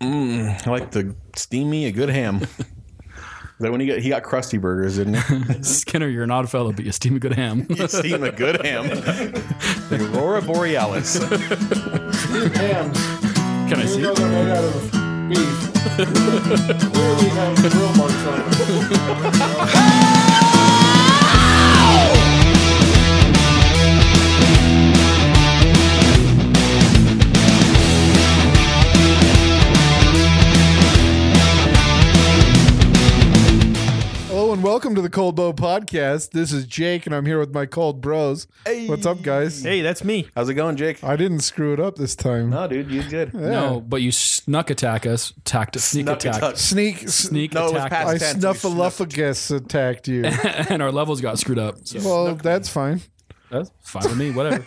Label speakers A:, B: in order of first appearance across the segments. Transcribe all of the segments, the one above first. A: Mm, I like the steamy, a good ham. that when he got he got crusty burgers, didn't he?
B: Skinner, you're an odd fellow, but you steam a good ham.
A: You steam a good ham. the Aurora Borealis.
C: Hams.
B: Can I
C: You
B: see?
C: know
B: it?
C: they're made out of beef. Clearly have grill marks on it. Hello and welcome to the Cold Bow Podcast. This is Jake, and I'm here with my cold bros.
A: Hey.
C: What's up, guys?
D: Hey, that's me.
A: How's it going, Jake?
C: I didn't screw it up this time.
A: No, dude, you did.
B: No, but you snuck attack us. Tact, sneak
A: Snuck
B: attack.
A: attack.
C: Sneak, sneak.
B: Sneak
A: No, it was
B: attack.
C: I
A: past tense. We
C: snuffleupagus attacked you.
B: us, and our levels got screwed up. So
C: well, that's fine.
B: that's fine with me. Whatever.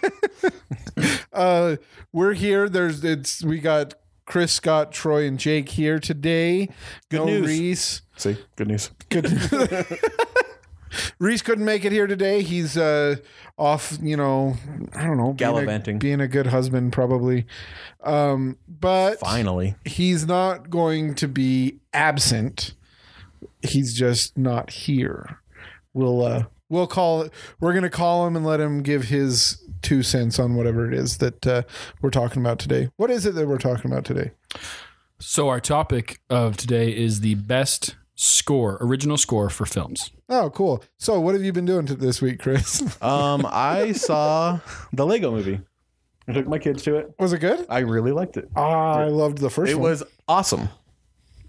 C: Uh, we're here. There's it's we got Chris, Scott, Troy, and Jake here today. Good no
A: news.
C: Reese.
A: See, good news.
C: Good. Reese couldn't make it here today. He's uh, off, you know, I don't know, being a-
A: Gallivanting.
C: being a, good husband probably. Um, but
A: Finally,
C: he's not going to be absent. He's just not here. We'll uh we'll call it we're gonna call him and let him give his two cents on whatever it is that uh, we're talking about today. What is it that we're talking about today?
B: so our topic of today is the best score, original score for films.
C: Oh, cool. So what have you been doing to this week, Chris?
A: um, I saw the Lego Movie. I took my kids to it.
C: was it good?
A: I really liked it.
C: Ah, I loved the first
A: Uh, It
C: one.
A: was awesome.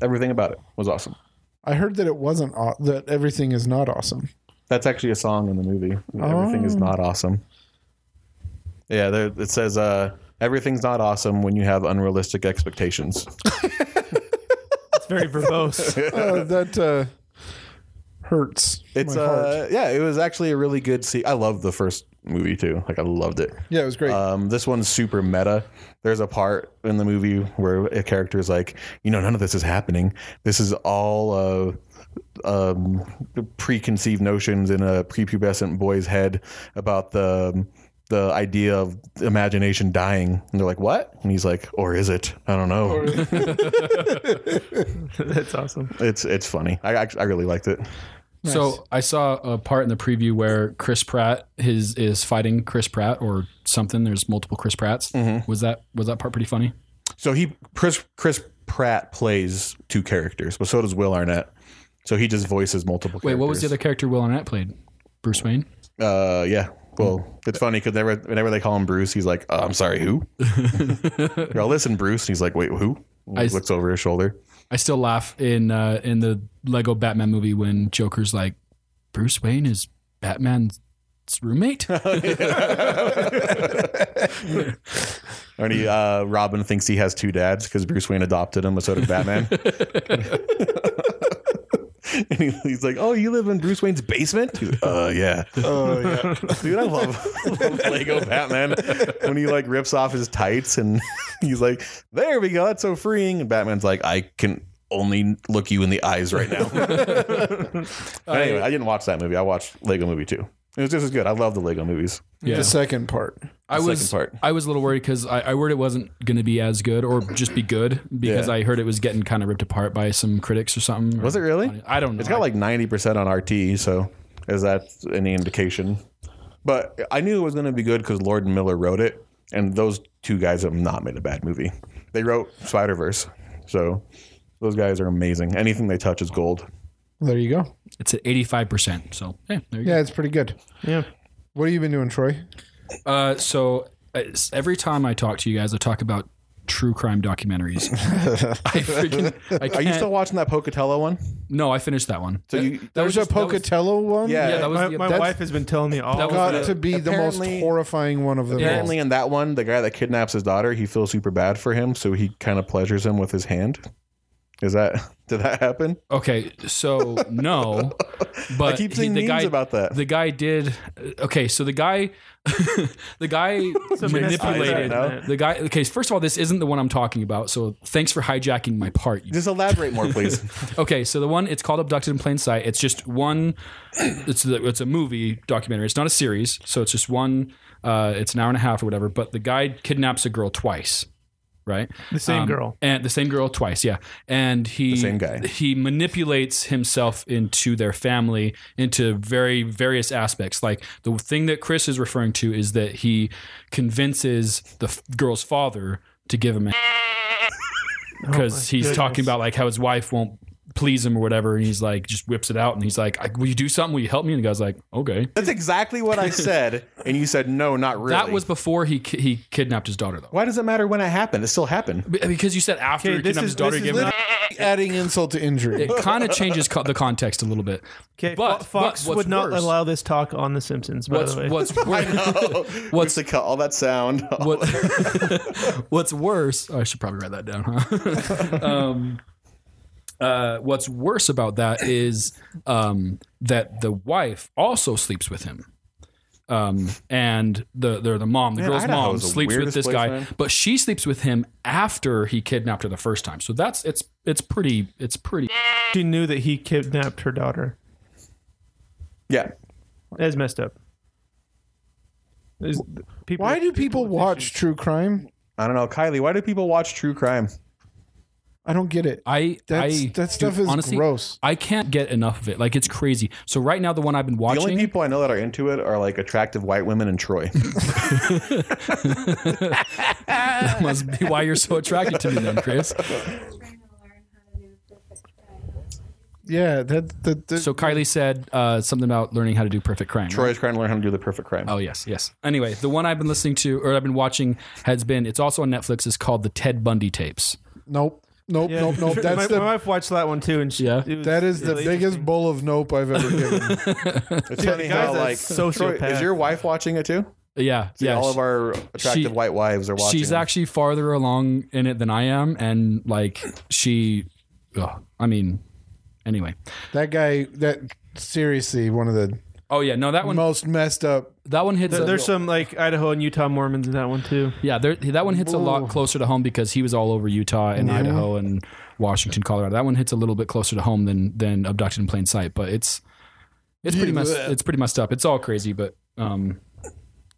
A: Everything about it was awesome.
C: I heard that it wasn't aw- that everything is not awesome.
A: That's actually a song in the movie. Everything is not awesome. Yeah, there, it says uh, everything's not awesome when you have unrealistic expectations.
D: It's very verbose.
C: Uh, that uh, hurts.
A: It's
C: my heart.
A: uh, yeah, it was actually a really good. Se- I loved the first movie too. Like I loved it.
C: yeah, it was great.
A: Um, this one's super meta. There's a part in the movie where a character is like, you know, none of this is happening. This is all uh, um, preconceived notions in a prepubescent boy's head about the the idea of imagination dying. And they're like, what? And he's like, or is it? I don't know.
D: that's awesome.
A: It's it's funny. I act- I really liked it.
B: So I saw a part in the preview where Chris Pratt his is fighting Chris Pratt or something. There's multiple Chris Pratts.
A: Mm-hmm.
B: Was that was that part pretty funny?
A: So he Chris Chris Pratt plays two characters, but so does Will Arnett. So he just voices multiple.
B: Wait,
A: characters.
B: what was the other character Will Arnett played? Bruce Wayne.
A: Uh, yeah. Well, it's funny because whenever, whenever they call him Bruce, he's like, uh, "I'm sorry, who?" Well, listen, Bruce. And he's like, "Wait, who?" And
B: I
A: he
B: s-
A: looks over his shoulder.
B: I still laugh in uh, in the Lego Batman movie when Joker's like, Bruce Wayne is Batman's roommate.
A: And he, uh, Robin thinks he has two dads because Bruce Wayne adopted him, but so did Batman. and he, he's like, "Oh, you live in Bruce Wayne's basement?" He's like, uh, yeah.
C: Oh, yeah.
A: Dude, I love, love Lego Batman when he like rips off his tights and he's like, "There we go, that's so freeing." And Batman's like, "I can only look you in the eyes right now." But anyway, I didn't watch that movie. I watched Lego Movie too. It was just as good. I love the Lego movies.
B: yeah.
C: The second part.
B: I was
A: second part.
B: I was a little worried because I, I heard it wasn't going to be as good or just be good because
A: Yeah.
B: I heard it was getting kind of ripped apart by some critics or something.
A: Was it really?
B: I don't know.
A: It's got like ninety percent on RT. So is that any indication? But I knew it was going to be good because Lord Miller wrote it, and those two guys have not made a bad movie. They wrote Spider Verse, so those guys are amazing. Anything they touch is gold.
C: There you go.
B: it's at eighty five percent. So yeah, there you
C: Yeah, it's pretty good.
D: Yeah.
C: What have you been doing, Troy?
B: go. Uh, so uh, s- every time I talk to you guys, I talk about true crime documentaries. I freaking I
A: Are you
B: can't-
A: still watching that Pocatello one?
B: No, I finished that one.
A: So you
B: That
C: There's a
B: just- that was-
C: Pocatello one.
A: Yeah.
B: yeah, that was
D: My,
B: yeah,
D: my
B: that's-
D: wife has been telling me all.
B: That was-
D: about
C: got
B: Uh,
C: to be the most
A: apparently-
C: horrifying one of them. all.
A: apparently in that one, the guy that kidnaps his daughter, he feels super bad for him, so he kind of pleasures him with his hand. Is that did that happen?
B: Okay, so no, but
A: I keep
B: he-
A: seeing
B: the
A: memes
B: guy
A: about that.
B: the guy did okay. So the guy, the guy manipulated
A: no?
B: the guy. Okay, first of all, this isn't the one I'm talking about. So thanks for hijacking my part. you-
A: Just elaborate more, please.
B: Okay, so the one it's called Abducted in Plain Sight. It's just one. It's the, it's a movie documentary. It's not a series, so it's just one. Uh, it's an hour and a half or whatever. But the guy kidnaps a girl twice, right?
D: The same
B: Um,
D: girl.
B: and the same girl twice, yeah. And he
A: The same guy.
B: he manipulates himself into their family into very various aspects. Like the thing that Chris is referring to is that he convinces the f- girl's father to give
D: Oh
B: him a because he's talking about like how his wife won't please him or whatever, and he's like just whips it out and he's like, "I- "Will you do something? Will you help me?" And the guy's like, "Okay."
A: That's exactly what I said, and you said no, not really.
B: That was before he ki- he kidnapped his daughter though,
A: Why does it matter when it happened? It still happened.
B: Be- because you said after
D: Okay,
B: he
D: this
B: kidnapped
D: is-
B: his daughter,
D: this is
B: gave him a-
C: Adding insult to injury.
B: it kind of changes co- the context a little bit.
D: Okay,
B: but-
D: Fo- Fox
B: but what's
D: would not
B: worse-
D: allow this talk on The Simpsons. By
B: What's
D: the way,
B: what's wor-
A: What's to cut all that sound?
B: what, what's worse? oh, I should probably write that down. Huh? um, uh, what's worse about that is um, that the wife also sleeps with him. Um, and the the, the mom, the
A: Man,
B: girl's
A: Idaho's
B: mom,
A: the
B: sleeps with
A: weirdest
B: this
A: place,
B: guy,
A: man.
B: but she sleeps with him after he kidnapped her the first time. So that's it's it's pretty it's pretty
D: she knew that he kidnapped her daughter.
A: Yeah.
D: That's messed up. Is- people-
C: Why do people watch true crime?
A: I don't know, Kylie. Why do people watch true crime?
C: I don't get it.
B: I
C: That's-
B: I
C: that stuff is gross.
B: I can't get enough of it. Like it's crazy. So right now, the one I've been
A: The
B: watching,
A: only people I know that are into it are like attractive white women and Troy.
B: that must be why you're so attracted to me, then, Chris.
E: trying to learn how to do perfect crime.
C: Yeah, that that, that
B: So Kylie said uh, something about learning how to do perfect crime. right?
A: Troy's trying to learn how to do the perfect crime.
B: Oh yes, yes. Anyway, the one I've been listening to or I've been watching has been. It's also on Netflix. It's called the Ted Bundy tapes.
C: nope. Nope,
D: Yeah,
C: nope, nope. That's
D: my,
C: the
D: my wife watched that one too, and she,
B: Yeah.
D: it was
C: that is the
D: really
C: biggest
D: interesting.
C: bowl of nope I've ever given.
A: It's funny
D: the guy's
A: how
D: a
A: like Troy,
D: sociopath.
A: is your wife watching it too?
B: Uh, Yeah,
A: See,
B: yeah.
A: all of our attractive
B: she-
A: white wives are watching.
B: she's actually farther along in it than I am, and like she, ugh, I mean, anyway.
C: that guy that seriously one of the
B: Oh yeah, no, that one,
C: most messed up
B: that one hits.
D: There-
B: a-
D: There's some like Idaho and Utah Mormons in that one too.
B: Yeah, there, that one hits a lot closer to home because he was all over Utah and Idaho and Washington, Colorado. That one hits a little bit closer to home than than abducted in plain sight, but it's it's pretty messed it's pretty messed up. It's all crazy, but um,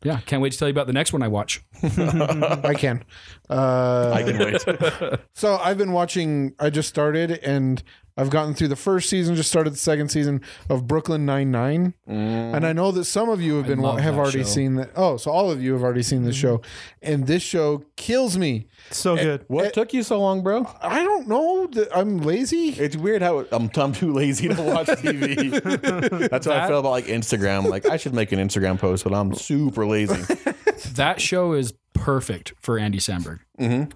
B: yeah, can't wait to tell you about the next one I watch.
C: I can. Uh,
A: I can wait.
C: so I've been watching. I just started, and I've gotten through the first season. Just started the second season of Brooklyn Nine Nine, and I know that some of you have been
B: love
C: have
B: that
C: already
B: show.
C: seen that. Oh, so all of you have already seen this show, and this show kills me.
D: So good.
A: what took you so long, bro?
C: I don't know that I'm lazy.
A: It's weird how I'm, I'm too lazy to watch TV. That's how I feel about like Instagram. Like I should make an Instagram post, but I'm super lazy.
B: That show is perfect for Andy Samberg.
C: Andy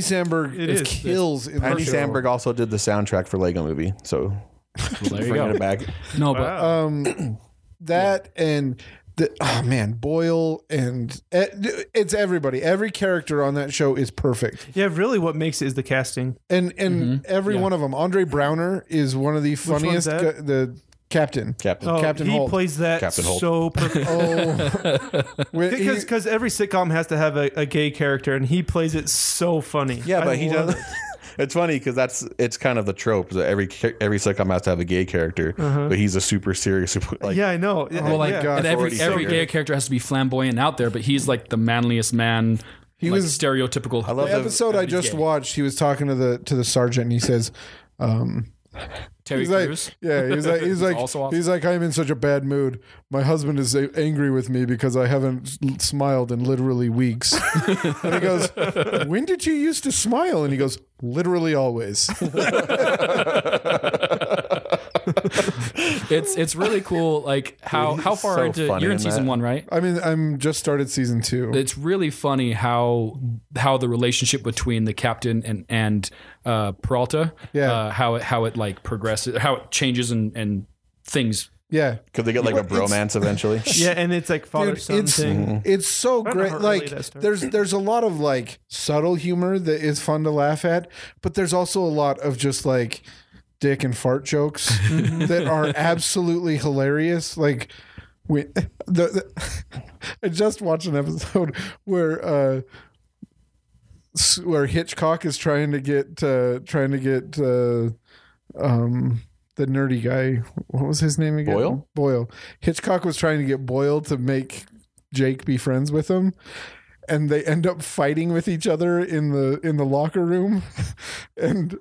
C: Samberg
D: it
C: is
D: is.
C: kills in
A: Andy
C: this show.
A: Samberg also did the soundtrack for Lego Movie, so
B: Well, there you
A: bringing
B: go.
A: it back.
B: No, but
D: Wow.
C: that and the oh man Boyle and eh, it's everybody. Every character on that show is perfect.
D: yeah, really, what makes it is the casting.
C: and and every one of them. Andre Browner is one of the
D: one's
C: funniest.
D: that?
C: ca- the captain.
A: Captain.
D: Oh,
C: Captain
D: he
C: Holt.
D: plays that
A: Captain Holt.
D: so perfect.
C: Oh, When he-
D: Because because every sitcom has to have a, a gay character, and he plays it so funny.
A: Yeah,
D: I
A: but he
D: love
A: does.
D: it.
A: It's funny because that's it's kind of the trope that every cha- every sitcom has to have a gay character, but he's a super serious. super- Like,
D: Uh-huh. Yeah, I know. uh,
B: well, like
D: yeah.
C: God.
B: and every
A: Authority
B: every
A: figure.
B: gay character has to be flamboyant and out there, but he's like the manliest man. He was
C: was-
B: stereotypical. I
A: love
C: the episode I just watched, he was talking to the to the sergeant, and he says. Um,
B: Terry
C: he's like,
B: Crews.
C: yeah, he's like, he's like,
B: also awesome.
C: he's like, I'm in such a bad mood. My husband is a- angry with me because I haven't s- smiled in literally weeks. and he goes, when did you used to smile? And he goes, literally always.
B: It's it's really cool. Like how how far
A: so
B: into
A: funny
B: you're in
A: in
B: season
A: that.
B: one, right?
C: I mean, I'm just started season two.
B: It's really funny how how the relationship between the captain and and uh, Peralta,
C: Yeah.
B: uh, how it how it like progresses, how it changes and and things.
C: yeah,
A: Could they get like a bromance eventually?
D: Yeah, and it's like father
C: Dude,
D: son
C: it's
D: thing.
C: it's so
D: don't know
C: great.
D: how early
C: Like
D: that started.
C: there's there's a lot of like subtle humor that is fun to laugh at, but there's also a lot of just like dick and fart jokes that are absolutely hilarious. Like we the, the I just watched an episode where uh s- where Hitchcock is trying to get uh trying to get uh um the nerdy guy what was his name again
A: Boyle?
C: Boyle Hitchcock was trying to get Boyle to make Jake be friends with him and they end up fighting with each other in the in the locker room and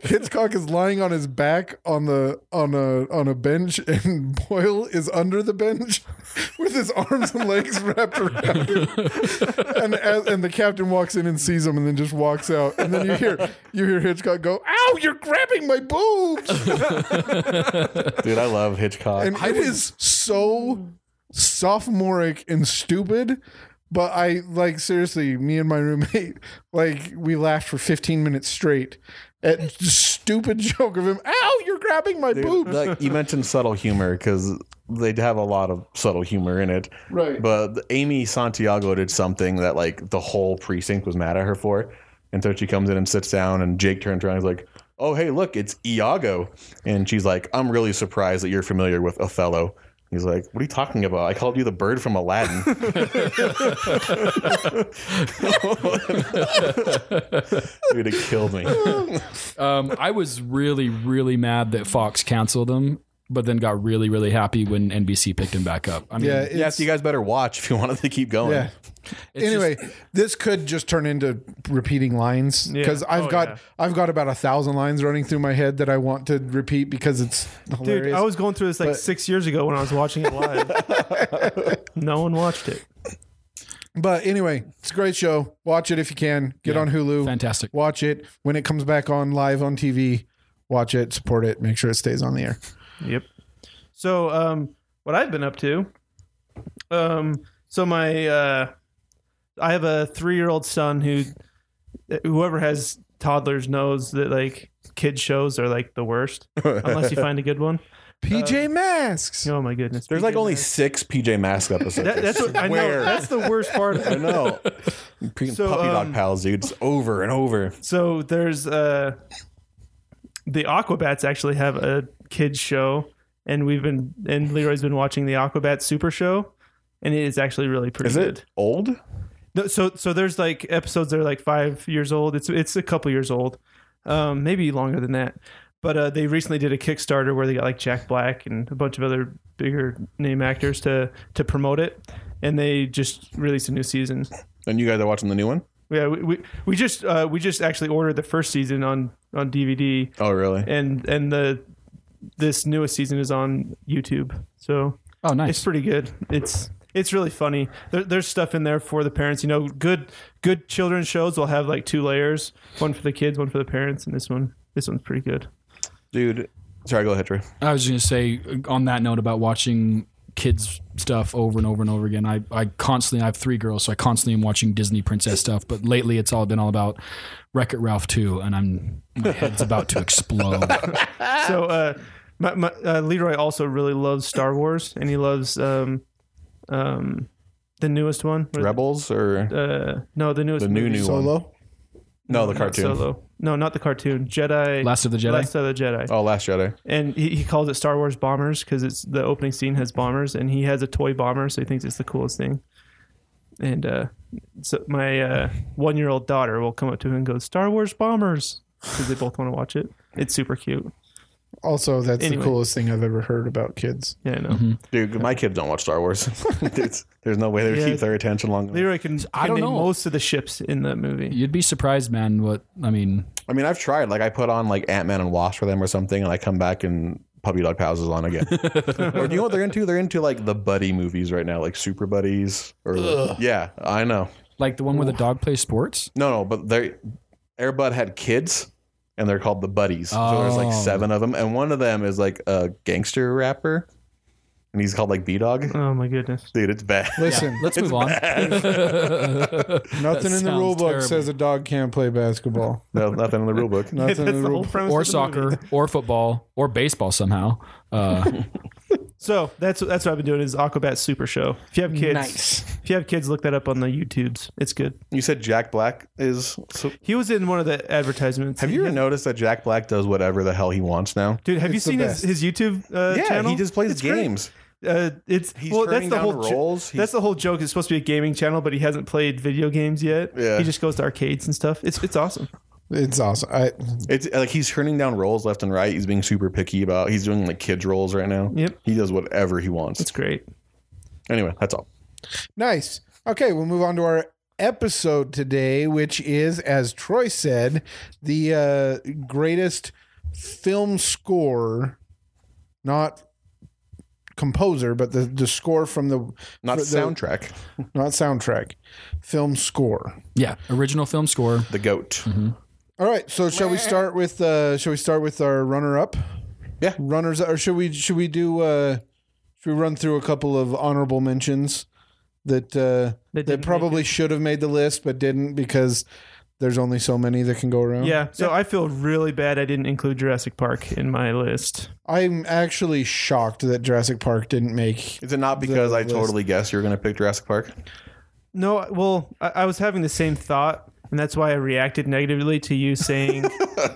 C: Hitchcock is lying on his back on the on a on a bench and Boyle is under the bench with his arms and legs wrapped around him. And as, and the captain walks in and sees him and then just walks out. And then you hear you hear Hitchcock go, "Ow, you're grabbing my boobs."
A: Dude, I love Hitchcock.
C: And it is so sophomoric and stupid. But I like seriously, me and my roommate, like we laughed for 15 minutes straight at the stupid joke of him. Ow, you're grabbing my
A: Dude,
C: boobs.
A: like, you mentioned subtle humor because they have a lot of subtle humor in it.
C: Right.
A: But Amy Santiago did something that like the whole precinct was mad at her for, and so she comes in and sits down, and Jake turns around and is like, "Oh hey, look, it's Iago," and she's like, "I'm really surprised that you're familiar with Othello." He's like, "What are you talking about? I called you the bird from Aladdin." Dude, it killed me.
B: Um, I was really, really mad that Fox canceled him, but then got really, really happy when NBC picked him back up. I mean,
A: Yeah,
C: yeah, it's-
A: so you guys better watch if you wanted to keep going.
C: yeah.
B: it's
C: anyway,
B: just-
C: this could just turn into repeating lines because I've
D: Oh,
C: got
D: yeah.
C: I've got about a thousand lines running through my head that I want to repeat because it's hilarious.
D: Dude, I was going through this like
C: But-
D: six years ago when I was watching it live. no one watched it.
C: But anyway, it's a great show. Watch it if you can. Get on Hulu.
B: fantastic.
C: Watch it when it comes back on live on TV. Watch it, support it, make sure it stays on the air.
D: Yep. So, um, what I've been up to, um, so my, uh, I have a three-year-old son who, whoever has toddlers knows that like kid shows are like the worst unless you find a good one.
C: PJ Masks.
D: Oh my goodness.
A: There's like only six PJ Masks episodes.
D: That, that's what I know.
A: Where?
D: That's the worst part. Of
A: I
D: it.
A: know. Freaking
D: So,
A: puppy dog
D: um,
A: pals, dude. It's over and over.
D: So there's uh, the Aquabats actually have a kids show, and we've been and Leroy's been watching the Aquabats Super Show, and it is actually really pretty.
A: Is
D: good.
A: it old?
D: No, so so there's like episodes that are like five years old. It's it's a couple years old, um, maybe longer than that. But uh, they recently did a Kickstarter where they got like Jack Black and a bunch of other bigger name actors to to promote it, and they just released a new season.
A: And you guys are watching the new one?
D: Yeah, we we, we just uh, we just actually ordered the first season on on DVD,
A: Oh, really?
D: and and the this newest season is on YouTube. So
B: Oh,
D: it's
B: nice.
D: pretty good. It's it's really funny. There, there's stuff in there for the parents. You know, good good children's shows will have like two layers: one for the kids, one for the parents, and this one this one's pretty good.
A: Dude. Sorry, go ahead, Trey.
B: I was going to say on that note about watching kids stuff over and over and over again. I, I constantly I have three girls, so I constantly am watching Disney princess stuff. But lately, it's all been all about Wreck It Ralph two, and I'm my head's about to explode.
D: So uh, my, my, uh, Leroy also really loves Star Wars, and he loves um um the newest one.
A: Rebels or
D: Uh, no, the newest
A: the new
D: movie.
A: new one?
C: Solo.
A: No, the
D: Not
A: cartoon.
D: Solo. No, not the cartoon. Jedi.
B: Last of the Jedi?
D: Last of the Jedi.
A: Oh, Last Jedi.
D: And he, he calls it Star Wars bombers because it's the opening scene has bombers, and he has a toy bomber, so he thinks it's the coolest thing. And uh, so my uh, one-year-old daughter will come up to him and go, "Star Wars bombers," because they both want to watch it. It's super cute.
C: Also, that's
D: Anyway.
C: the coolest thing I've ever heard about kids.
D: Yeah, I know.
B: Mm-hmm.
A: Dude, my kids don't watch Star Wars. It's- there's no way they would
D: Yeah.
A: keep their attention long enough.
D: Leroy can,
B: I
D: can
B: don't
D: name
B: know.
D: most of the ships in that movie.
B: You'd be surprised, man. What I mean,
A: I mean, I've tried. Like, I put on like Ant Man and Wasp for them or something, and I come back and Puppy Dog Pals is on again. or do you know what they're into? They're into like the buddy movies right now, like Super Buddies. Or yeah, I know.
B: like the one where the dog plays sports.
A: No, no, but they Airbud had kids, and they're called the Buddies. So there's like
B: Oh.
A: seven of them, and one of them is like a gangster rapper, and he's called like B Dog.
D: Oh my goodness.
A: Dude, it's bad.
C: Listen,
B: Let's move on.
C: nothing in the
B: sounds
C: rule book
B: terrible.
C: says a dog can't play basketball.
A: no, nothing in the rule book.
C: Nothing
D: That's
C: in
D: the
C: the rule
D: whole
C: book.
D: premise.
B: or
D: of the movie.
B: soccer, or football, or baseball somehow. Uh,
D: So that's that's what I've been doing is Aquabat Super Show. If you have kids, if you have kids, look that up on the YouTubes. It's good.
A: You said Jack Black is. So,
D: He was in one of the advertisements.
A: have you ever noticed that Jack Black does whatever the hell he wants now?
D: Dude, have you
C: It's the
D: seen his, his YouTube uh,
A: yeah,
D: channel?
A: he just plays
D: It's great.
A: games.
D: Uh, it's
A: He's
D: well, that's
A: turning
D: the
A: down
D: whole
A: roles. He's-
D: that's the whole joke. It's supposed to be a gaming channel, but he hasn't played video games yet.
A: Yeah.
D: he just goes to arcades and stuff. It's it's awesome.
C: It's awesome. I,
A: It's like he's turning down roles left and right. He's being super picky about. He's doing like kids roles right now.
D: Yep.
A: He does whatever he wants.
D: It's great.
A: Anyway, that's all.
C: nice. Okay, we'll move on to our episode today, which is, as Troy said, the uh, greatest film score, not composer, but the, the score from the
A: Not
C: the-
A: soundtrack.
C: not soundtrack, film score.
B: Yeah, original film score.
A: The goat.
C: All right, so shall we start with uh, shall we start with our runner up?
A: Yeah.
C: runners or should we should we do uh, should we run through a couple of honorable mentions that uh,
D: That
C: that,
D: didn't make
C: probably should have made the list but didn't because there's only so many that can go around.
D: Yeah, so I feel really bad I didn't include Jurassic Park in my list.
C: I'm actually shocked that Jurassic Park didn't make.
A: Is it not because I
C: list.
A: totally guessed you were going to pick Jurassic Park?
D: No, well, I, I was having the same thought, and that's why I reacted negatively to you saying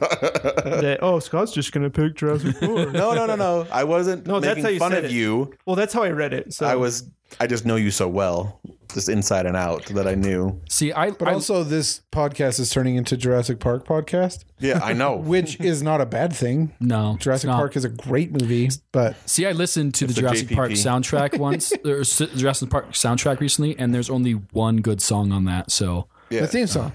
D: that, oh, Scott's just going to pick Jurassic Park.
A: No, no, no, no. I wasn't
D: No, that's
A: making
D: how you
A: fun of
D: said it. Oh.
A: you.
D: Well, that's how I read it. So
A: I was. I just know you so well, just inside and out, that I knew.
B: See, I,
C: But
B: I
C: also, this podcast is turning into Jurassic Park podcast,
A: Yeah, I know.
C: which is not a bad thing.
B: no it's
C: Jurassic
B: not.
C: Park is a great movie, but
B: See, I listened to the
A: a
B: Jurassic Park
A: JPP.
B: soundtrack once, or s- Jurassic Park soundtrack recently, and there's only one good song on that. So
A: Yeah.
C: the theme song.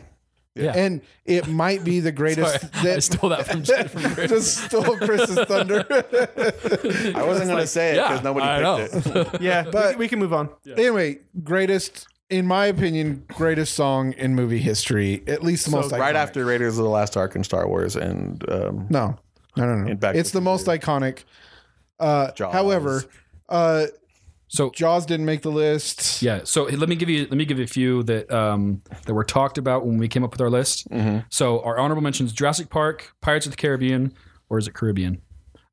B: Yeah.
C: And it might be the greatest.
B: I
C: that,
B: stole that from, from Chris.
C: just stole Chris's thunder.
A: I wasn't going to say it because
B: yeah,
A: nobody
B: I
A: picked it.
D: yeah, but we, can move on.
C: Anyway, greatest, in my opinion, greatest song in movie history. At least the most iconic.
A: right after Raiders of the Last Ark and Star Wars and um,
C: No, no, no, no.
A: And Back to
C: it's
A: the
C: the most iconic. Uh,
A: Jaws.
C: however, uh,
B: So
C: Jaws didn't make the list.
B: yeah, so let me give you let me give you a few that um, that were talked about when we came up with our list.
A: Mm-hmm.
B: So our honorable mentions: Jurassic Park, Pirates of the Caribbean, or is it Caribbean?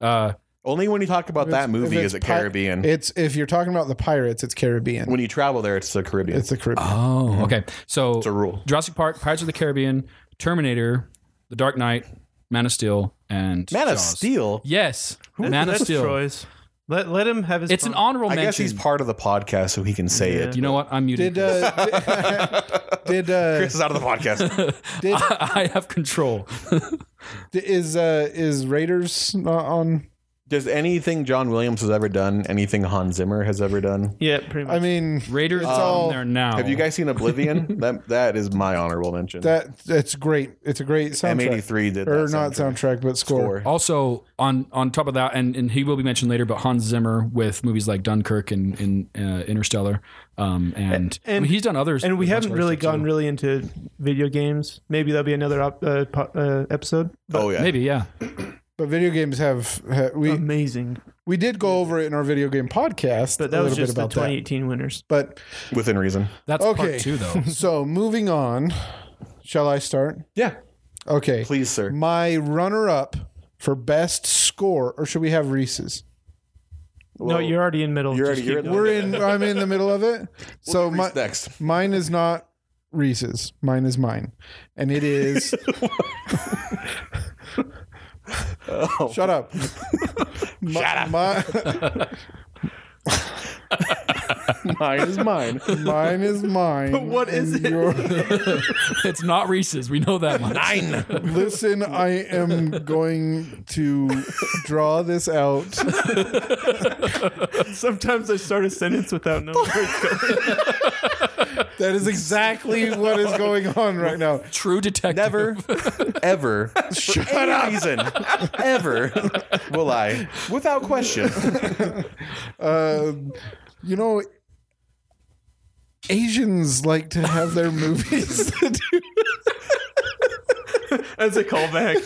B: Uh,
A: only when you talk about that
C: If
A: movie
C: it's
A: is it
C: pi-
A: Caribbean.
C: It's if you're talking about the pirates, it's Caribbean.
A: when you travel there, it's the Caribbean.
C: it's the Caribbean.
B: oh, okay. So
A: it's a rule.
B: Jurassic Park, Pirates of the Caribbean, Terminator, The Dark Knight, Man of Steel, and
A: Man of
B: Jaws.
A: Steel.
B: Yes, Man
D: that's
B: of Steel.
D: Troy's. Let, let him have his
B: It's an
D: fun.
B: honorable
A: I
B: mention.
A: guess he's part of the podcast, so he can say it.
B: You know what? I'm muted.
C: did uh, did uh,
A: Chris is out of the podcast.
C: did
B: I have control.
C: is uh, is Raiders not on?
A: Does anything John Williams has ever done, anything Hans Zimmer has ever done?
D: Yeah, pretty much.
C: I mean,
B: Raiders is
C: all-
B: on there now.
A: Have you guys seen Oblivion? that that is my honorable mention.
C: that that's great. It's a great soundtrack.
A: M83 did that
C: or not
A: soundtrack.
C: soundtrack, but score.
A: Score.
B: also on on top of that, and, and he will be mentioned later, but Hans Zimmer with movies like Dunkirk and, and uh, Interstellar, um, and, I mean, he's done others.
D: and we
B: a bunch
D: haven't
B: of other
D: really
B: stuff,
D: gone
B: too.
D: really into video games. Maybe that'll be another op- uh, po- uh, episode.
A: Oh yeah,
B: Maybe, yeah.
C: But video games have, ha we
D: Amazing,
C: we did go over it in our video game podcast.
D: Um, but that
C: a
D: was
C: little bit
D: just the
C: about that.
D: 2018 winners.
C: But
A: within reason.
B: That's
C: Okay.
B: part two, though.
C: so moving on, shall I start?
A: Yeah,
C: Okay,
A: please, sir.
C: my runner-up for best score, or should we have Reese's?
A: Well,
D: no, you're already in middle.
A: you're
D: Just
A: already- you're
D: keep
A: in-
D: going.
C: We're in. I'm in the middle of it. So
A: Reese
C: my,
A: next.
C: mine is not Reese's. Mine is mine, and it is. Shut up. Oh. Shut up.
A: Mine is mine.
C: mine is mine.
D: what is
C: and
D: it?
C: your-
B: it's not Reese's. We know that much.
A: Mine.
C: Listen, I am going to draw this out.
D: Sometimes I start a sentence without knowing. where it's going.
C: That is exactly what is going on right now.
B: True detective.
A: Never, ever, for any reason, ever will I, without question.
C: Um you know, Asians like to have their movies.
D: That's a callback.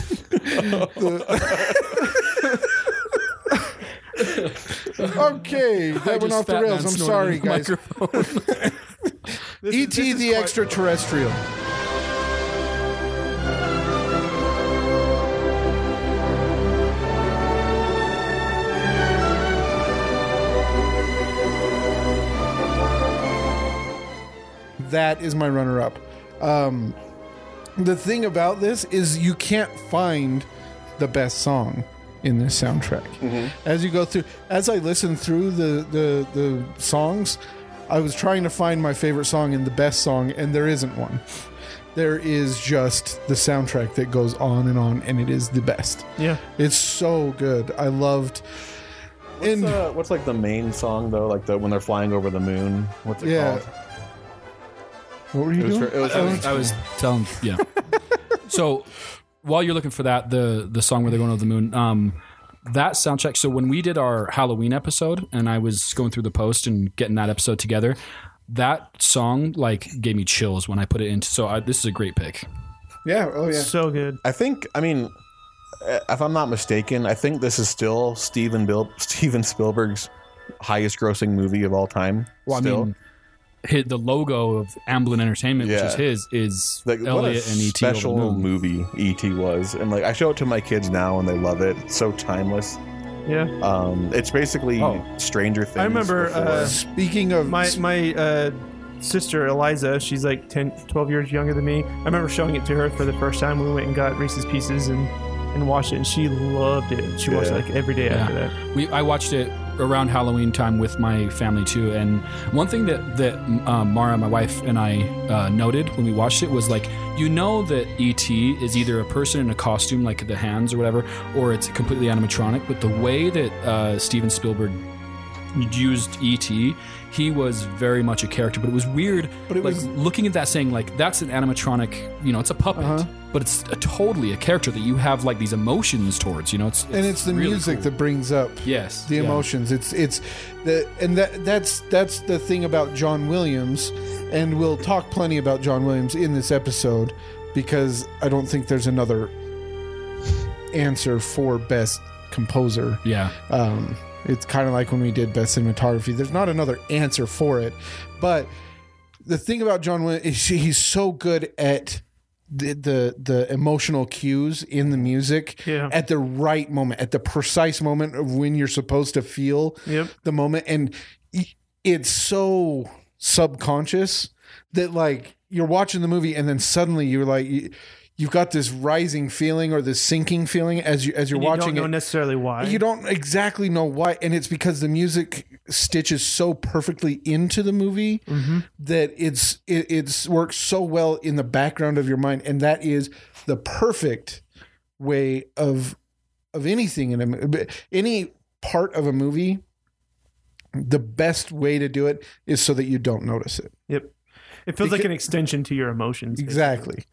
C: okay, that went off the rails. I'm sorry, guys. ET E the extraterrestrial. That is my runner up. Um, the thing about this is you can't find the best song in this soundtrack.
A: Mm-hmm.
C: As you go through, as I listened through the, the the songs, I was trying to find my favorite song and the best song, and there isn't one. There is just the soundtrack that goes on and on, and it is the best.
D: Yeah,
C: It's so good. I loved.
A: What's, uh, what's like the main song though? Like the when they're flying over the moon. What's it
C: Yeah.
A: called?
C: What were you
A: It was,
C: doing?
A: for, it was
C: Oh,
B: I was telling, yeah. so while you're looking for that, the the song where they're going over the moon, um, that soundtrack. So when we did our Halloween episode, and I was going through the post and getting that episode together, that song like gave me chills when I put it into. So I, this is a great pick.
C: yeah. Oh yeah.
D: So good.
A: I think. I mean, uh, if I'm not mistaken, I think this is still Steven Bill Steven Spielberg's highest-grossing movie of all time.
B: Well,
A: still.
B: I mean, hit the logo of Amblin Entertainment,
A: Yeah.
B: which is his, is
A: like what a
B: Elliot and E.T. over the
A: special
B: moon.
A: movie ET was, and like I show it to my kids now, and they love it. It's so timeless.
D: Yeah.
A: Um, it's basically
B: Oh.
A: Stranger Things.
D: remember,
A: before-
D: uh,
C: Speaking of
D: My my uh, sister Eliza, she's like 10, 12 years younger than me. I remember showing it to her for the first time. We went and got Reese's Pieces and and watched it, and she loved it. She watched it
A: Yeah.
D: like every day after that.
B: We, I watched it around Halloween time with my family too, and one thing that that uh, Mara, my wife, and I uh, noted when we watched it was like, you know that ET is either a person in a costume, like the hands or whatever, or it's completely animatronic. But the way that uh, Steven Spielberg used ET, he was very much a character. But it was weird,
C: But it
B: like
C: was-
B: looking at that, saying like, that's an animatronic. You know, it's a puppet.
C: Uh-huh.
B: But it's a, totally a character that you have like these emotions towards. You know, it's,
C: and it's the
B: really
C: music
B: cool.
C: that brings up
B: Yes.
C: the
B: yeah.
C: emotions. It's it's the and that that's that's the thing about John Williams, and we'll talk plenty about John Williams in this episode because I don't think there's another answer for best composer.
B: Yeah.
C: Um, it's kind of like when we did best cinematography. There's not another answer for it, but the thing about John Williams is he- he's so good at the, the the emotional cues in the music
D: Yeah.
C: at the right moment, at the precise moment of when you're supposed to feel
D: Yep.
C: the moment, and y- it's so subconscious that like you're watching the movie and then suddenly you're like. You, You've got this rising feeling or this sinking feeling as you as you're
D: And you
C: watching
D: don't know
C: it.
D: necessarily why.
C: You don't exactly know why, and it's because the music stitches so perfectly into the movie
D: Mm-hmm.
C: that it's it, it's works so well in the background of your mind, and that is the perfect way of of anything in a mo- any part of a movie. The best way to do it is so that you don't notice it.
D: Yep. It feels like an extension to your emotions.
C: Exactly.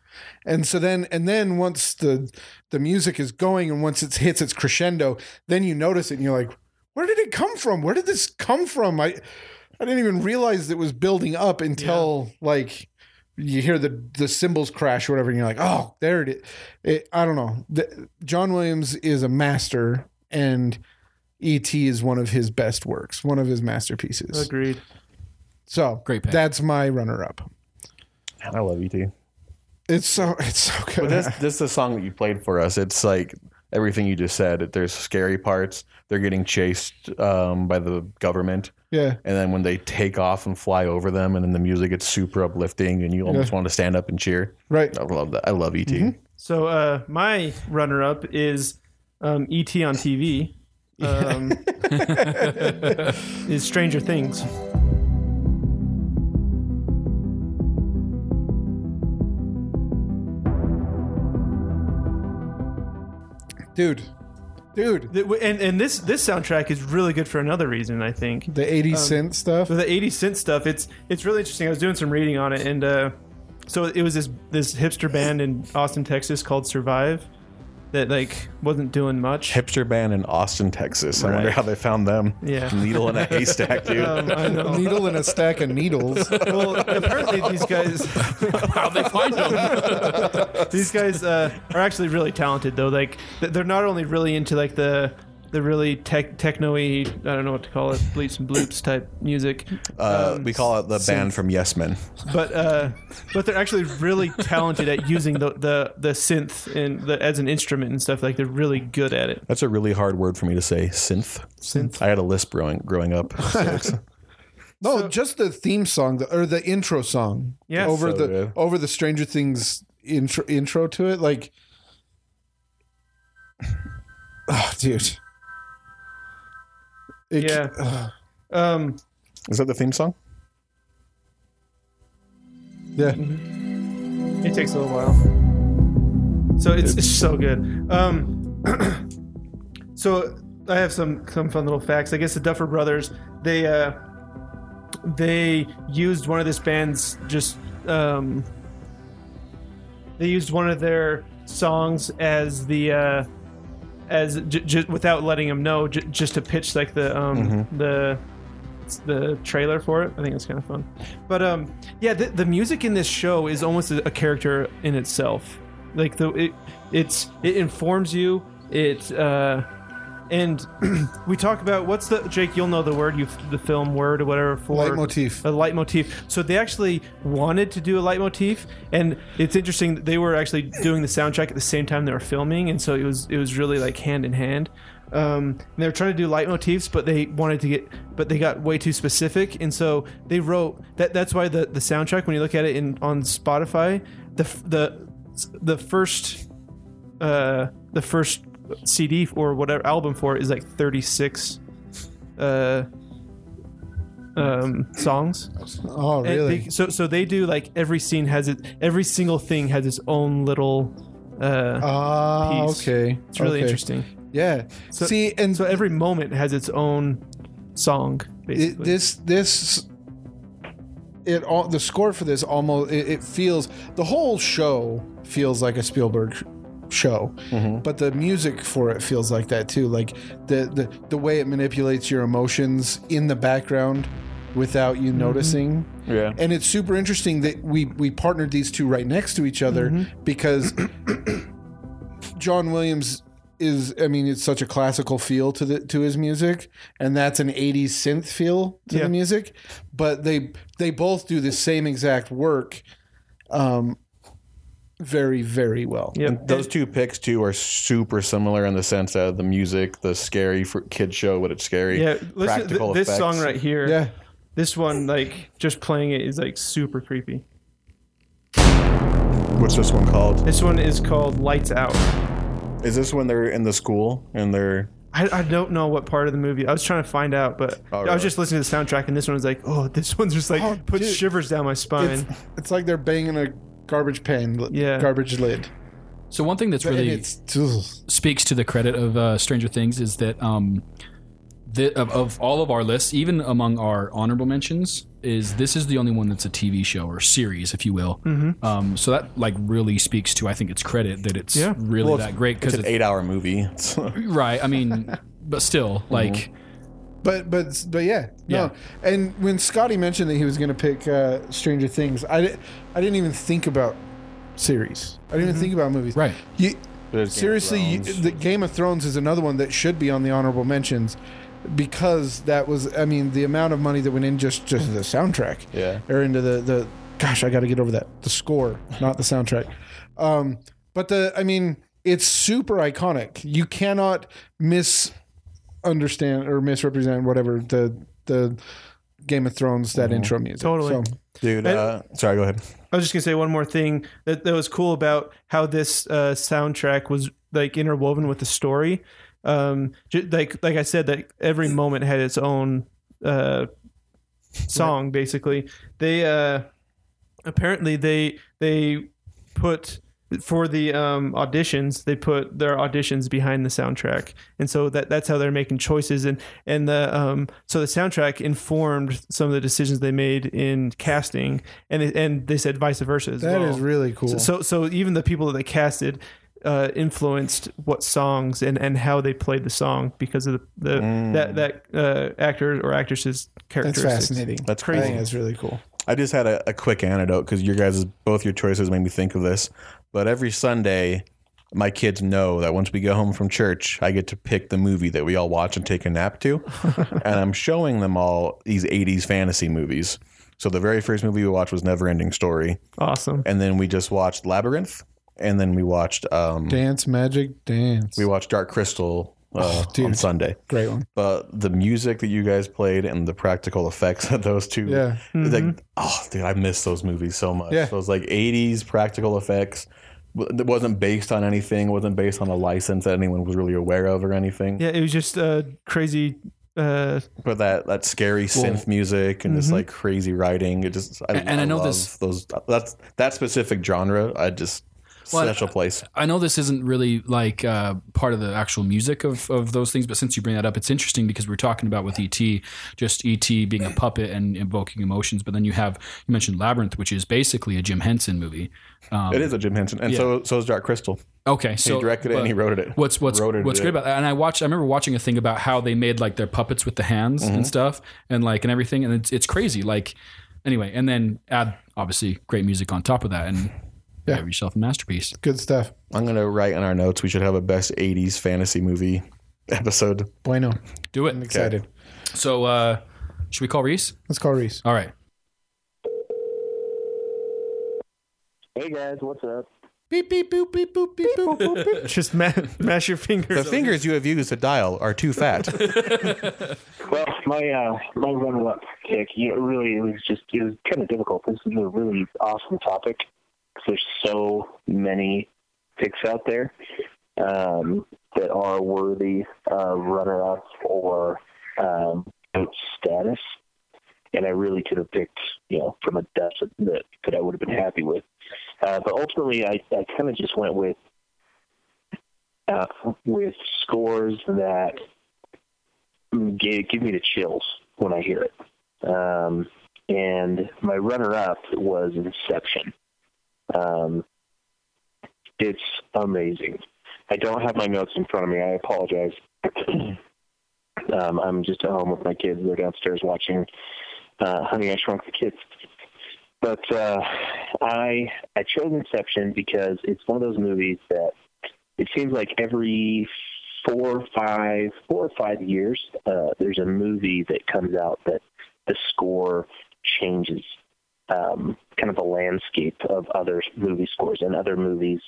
C: And so then and then once the the music is going and once it hits its crescendo, then you notice it and you're like, where did it come from? Where did this come from? I I didn't even realize it was building up until like you hear the the cymbals crash or whatever and you're like, "Oh, there it is." It, I don't know. The, John Williams is a master and ET is one of his best works, one of his masterpieces.
D: Agreed.
C: So,
B: Great pick.
C: that's my runner up.
A: I love E ET.
C: It's so it's so good.
A: But this this is the song that you played for us. It's like everything you just said. There's scary parts. They're getting chased um, by the government,
C: yeah.
A: and then when they take off and fly over them, and then the music it's super uplifting, and you almost want to stand up and cheer.
C: Right.
A: I love that. I love E ET.
D: So uh, my runner-up is um, ET on TV. Um, is Stranger Things.
C: Dude. Dude.
D: The- w- And and this this soundtrack is really good for another reason, I think.
C: The 80 cent stuff.
D: So the 80 cent stuff, it's it's really interesting. I was doing some reading on it and uh, so it was this this hipster band in Austin, Texas called Survive that like wasn't doing much.
A: Hipster band in Austin, Texas. I wonder
D: Right.
A: how they found them.
D: Yeah. Um,
A: needle in a haystack, dude.
D: I know.
C: Needle and a stack of needles.
D: Well, apparently these guys
B: How they find them?
D: these guys uh, are actually really talented though like th- they're not only really into like the the really tech techno-y i don't know what to call it bleeps and bloops type music
A: Uh, we call it the band from Yes Men.
D: but uh, but they're actually really talented at using the the, the synth and the, as an instrument and stuff like they're really good at it
A: That's a really hard word for me to say. Synth. Synth. I had a lisp growing growing up.
C: No, just the theme song the, or the intro song.
D: Yeah.
C: Over
A: So
C: the
A: good.
C: over the Stranger Things intro intro to it like Oh, dude. It-
D: yeah um
A: Is that the theme song?
C: Yeah.
D: Mm-hmm. It takes a little while. So it's, it's so good. Um, so I have some some fun little facts. I guess the Duffer Brothers they uh, they used one of this band's just um, they used one of their songs as the uh, as j- j- without letting him know, j- just to pitch like the um, the the trailer for it. I think it's kind of fun. But um, yeah, the, the music in this show is almost a, a character in itself. Like the it it's it informs you. It uh, and we talk about what's the Jake? You'll know the word you the film word or whatever for
C: Leitmotif.
D: a leitmotif. So they actually wanted to do a leitmotif, and it's interesting that they were actually doing the soundtrack at the same time they were filming, and so it was it was really like hand in hand. Um, and they were trying to do leitmotifs, but they wanted to get, but they got way too specific, and so they wrote that. That's why the the soundtrack, when you look at it in on Spotify, the f- the the first uh the first CD or whatever album for it is like 36 uh um songs
C: Oh,
D: and
C: really?
D: They, so so they do like every scene has it. Every single thing has its own little. Uh,
C: Ah,
D: piece.
C: okay.
D: it's really
C: okay.
D: interesting.
C: Yeah. See, and
D: So every moment has its own song.
C: it,
D: Basically,
C: this this it all the score for this almost it, it feels the whole show feels like a Spielberg sh- show but the music for it feels like that too like the, the the way it manipulates your emotions in the background without you noticing
A: Yeah.
C: and it's super interesting that we we partnered these two right next to each other
D: Mm-hmm.
C: because John Williams is I mean it's such a classical feel to the to his music and that's an 80s synth feel to
D: Yeah.
C: the music but they they both do the same exact work um very very well
D: Yep.
A: Those two picks too are super similar in the sense that the music, the scary for kid show, but it's scary.
D: yeah. Listen, th-
A: practical
D: this
A: effects.
D: song right here.
C: yeah
D: This one, like just playing it is like super creepy.
A: What's this one called?
D: This one is called Lights Out.
A: Is this when they're in the school and they're
D: I, I don't know what part of the movie. I was trying to find out, but
A: Oh,
D: I
A: really?
D: was just listening to the soundtrack, and this one was like, oh, this one's just like
C: Oh,
D: put
C: dude.
D: shivers down my
C: it's,
D: spine.
C: it's like they're banging a garbage pan li-
D: Yeah.
C: garbage lid
B: So one thing that's
C: and
B: really
C: it's ugh.
B: speaks to the credit of uh, Stranger Things is that um, the, of, of all of our lists, even among our honorable mentions, is this is the only one that's a TV show or series, if you will. Um, so that like really speaks to I think its credit that it's
D: Yeah.
B: really
A: Well,
B: that great
A: it's
B: because
A: an eight hour movie. It's-
B: right. I mean, but still like
C: But but but yeah, no.
B: Yeah.
C: And when Scotty mentioned that he was going to pick uh, Stranger Things, I di- I didn't even think about series. I didn't even think about movies.
B: Mm-hmm. Right.
C: You,
A: There's Game of
C: seriously, you,
A: Thrones.
C: the Game of Thrones is another one that should be on the honorable mentions because that was I mean the amount of money that went in just just the soundtrack.
A: Yeah.
C: Or into the the gosh, I got to get over that. The score, not the soundtrack. Um but the I mean it's super iconic. You cannot miss understand or misrepresent whatever the the Game of Thrones that intro music.
D: Totally.
C: So,
A: dude. Uh, sorry, go ahead.
D: I was just gonna say one more thing that, that was cool about how this uh, soundtrack was like interwoven with the story. Um, ju- like like I said, that every moment had its own uh, song. Basically, they uh, apparently they they put for the um, auditions they put their auditions behind the soundtrack and so that that's how they're making choices and and the um, so the soundtrack informed some of the decisions they made in casting and it, and they said vice versa as
C: that is
D: well.
C: really cool.
D: so so even the people that they casted uh, influenced what songs and, and how they played the song because of the, the that that uh, actor or actress's
C: that's
D: characteristics.
C: fascinating.
A: That's
C: I
A: crazy.
C: think that's really cool.
A: I just had a, a quick antidote because your guys, both your choices made me think of this. But every Sunday, my kids know that once we go home from church, I get to pick the movie that we all watch and take a nap to. and I'm showing them all these 80s fantasy movies. So the very first movie we watched was Never Ending Story.
D: Awesome.
A: And then we just watched Labyrinth. And then we watched um,
C: Dance magic dance.
A: we watched Dark Crystal uh, on
C: dude.
A: Sunday
C: Great one.
A: but the music that you guys played and the practical effects of those two,
C: Yeah.
A: it's
B: Mm-hmm.
A: like oh, dude, I miss those movies so much.
C: Yeah.
A: Those like '80s practical effects w- that wasn't based on anything, wasn't based on a license that anyone was really aware of or anything.
D: Yeah, it was just uh, crazy. Uh,
A: But that that scary synth music and this like crazy writing, it just I,
B: Mm-hmm. And- and I know
A: love
B: this-
A: those that's that specific genre. I just
B: Well,
A: special place.
B: I know this isn't really like uh, part of the actual music of, of those things, but since you bring that up, it's interesting because we we're talking about with ET, just ET being a puppet and evoking emotions. But then you have you mentioned Labyrinth, which is basically a Jim Henson movie. Um,
A: It is a Jim Henson, and so so is Dark Crystal.
B: okay. So
A: He directed it and
B: but
A: he wrote it.
B: What's what's
A: Wrote it
B: what's
A: in.
B: great about that? And I watched. I remember watching a thing about how they made like their puppets with the hands
A: Mm-hmm.
B: and stuff, and like and everything, and it's it's crazy. Like anyway, and then add obviously great music on top of that, and
C: Yeah.
B: have yourself a masterpiece.
C: Good stuff.
A: I'm gonna write in our notes. We should have a best '80s fantasy movie episode.
C: Bueno.
B: Do
C: I'm
B: it.
C: excited.
B: So uh, should we call Reese?
C: Let's call Reese.
B: All right.
F: Hey guys, what's up?
C: Beep beep boop beep boop beep boop boop beep.
D: Just ma- mash your
A: The
D: fingers.
A: fingers you have used to dial are too fat.
F: Well, my uh, my runner-up pick, you know, really, it was just it was kind of difficult. This is a really awesome topic 'cause there's so many picks out there um, that are worthy of runner-up or um, vote status, and I really could have picked, you know, from a depth that that I would have been happy with. Uh, but ultimately, I I kind of just went with uh, with scores that gave, give me the chills when I hear it. Um, and my runner-up was Inception. Um, it's amazing. I don't have my notes in front of me. I apologize. um, I'm just at home with my kids. They're downstairs watching uh, Honey, I Shrunk the Kids. But uh, I I chose Inception because it's one of those movies that it seems like every four or five four or five years uh, there's a movie that comes out that the score changes um, kind of a landscape of other movie scores and other movies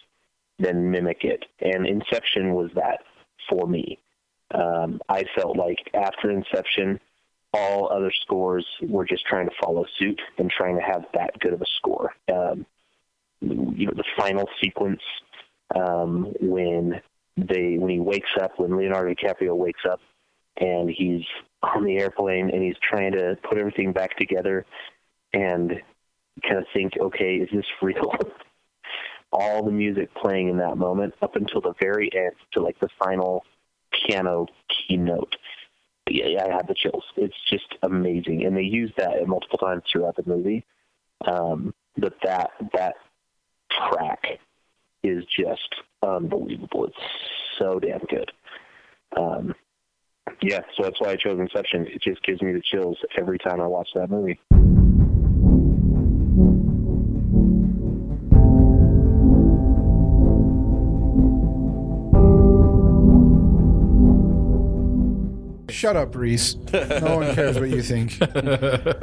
F: then mimic it and inception was that for me um, i felt like after inception all other scores were just trying to follow suit and trying to have that good of a score um, you know the final sequence um, when they when he wakes up when Leonardo DiCaprio wakes up and he's on the airplane and he's trying to put everything back together and kind of think, okay, is this real? All the music playing in that moment up until the very end to like the final piano keynote. Yeah, I have the chills. It's just amazing, and they use that multiple times throughout the movie. Um, but that that track is just unbelievable. It's so damn good. Um, yeah, so that's why I chose Inception. It just gives me the chills every time I watch that movie.
C: Shut up, Reese. No one cares what you think.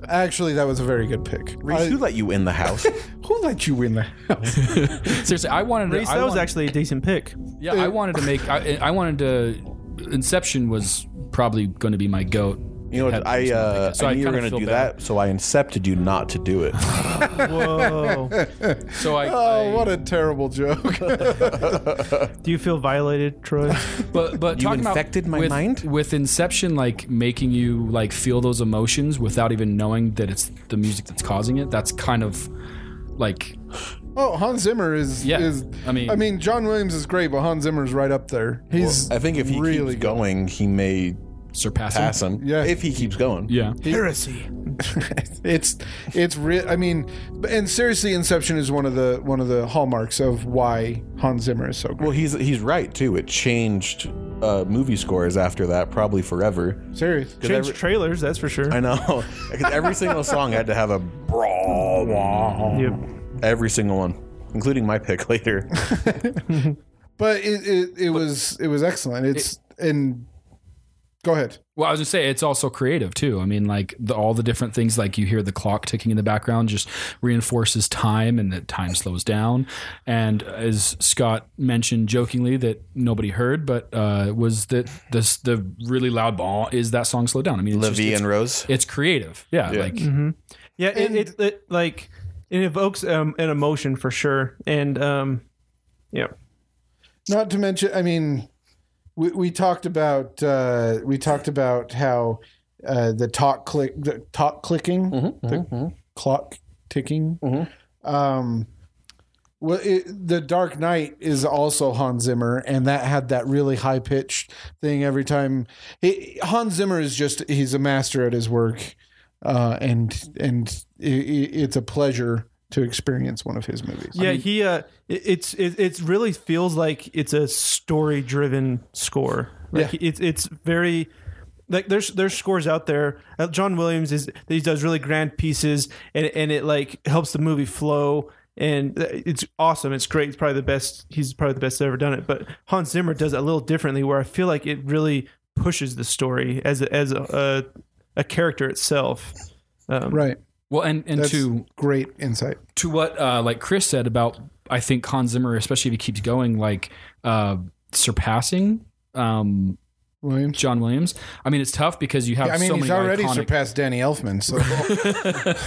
C: Actually, that was a very good pick.
A: Reese,
C: I-
A: who let you in the house?
C: who let you in the house?
B: Seriously, I wanted to.
D: Reese,
B: I
D: that was
B: wanted-
D: actually a decent pick.
B: Yeah, I wanted to make. I, I wanted to. Inception was probably going to be my goat.
A: You know,
B: Had
A: what, I
B: something like
A: uh,
B: that. So
A: I
B: I
A: knew you were
B: kinda
A: gonna
B: feel
A: do
B: bad.
A: that, so I incepted you not to do it.
D: Whoa.
B: So I.
C: Oh,
B: I-
C: what a terrible joke.
D: Do you feel violated, Troy?
B: But but
A: You
B: talking about
A: infected my
B: with,
A: mind?
B: with Inception, like making you like feel those emotions without even knowing that it's the music that's causing it. That's kind of like
C: oh, Hans Zimmer is
B: Yeah,
C: is
B: I mean-
C: I mean John Williams is great, but Hans Zimmer's right up there. He's
A: I think if he keeps
C: really good.
A: going, he may
B: surpassing.
A: pass him.
C: Yeah.
A: if he keeps going.
B: Yeah.
D: Heresy.
C: it's it's real i mean and seriously inception is one of the one of the hallmarks of why hans zimmer is so great
A: Well, he's he's right too. It changed uh, movie scores after that, probably forever.
C: serious
D: Change trailers, that's for sure.
A: I know. 'Cause every single song had to have a brawl. wah.
D: Yep.
A: Every single one, including my pick later.
C: but it it, it was it was excellent it's and go ahead
B: Well, I was gonna say it's also creative too. I mean, like the, all the different things, like you hear the clock ticking in the background, just reinforces time, and that time slows down. And as Scott mentioned jokingly, that nobody heard, but uh, was that this the really loud ball is that song slowed down? I mean, it's, just-
A: Levy
B: it's,
A: and Rose.
B: it's creative, yeah.
A: Yeah.
B: Like
C: Mm-hmm.
D: Yeah, it, it, it like it evokes um, an emotion for sure, and um, yeah,
C: not to mention i mean we, we talked about uh we talked about how uh the talk click the talk clicking the clock ticking um Well, it, the Dark Knight is also Hans Zimmer, and that had that really high pitched thing every time. It, Hans Zimmer is just he's a master at his work, uh, and and i i it's a pleasure to experience one of his movies.
D: Yeah, he uh, it, it's it, it's really feels like it's a story driven score. Like
C: Yeah.
D: it's it's very like there's there's scores out there. Uh, John Williams is he does really grand pieces and and it like helps the movie flow and uh, it's awesome. It's great. It's probably the best. He's probably the best I've ever done it. But Hans Zimmer does it a little differently, where I feel like it really pushes the story as a, as a, a, a character itself. Um,
C: Right.
B: Well, and and
C: That's
B: to
C: great insight.
B: to what uh, like Chris said about I think Hans Zimmer, especially if he keeps going, like uh, surpassing um,
C: Williams.
B: John Williams. I mean, it's tough because you have
C: I mean,
B: so
C: he's
B: many
C: already
B: iconic,
C: surpassed Danny Elfman. So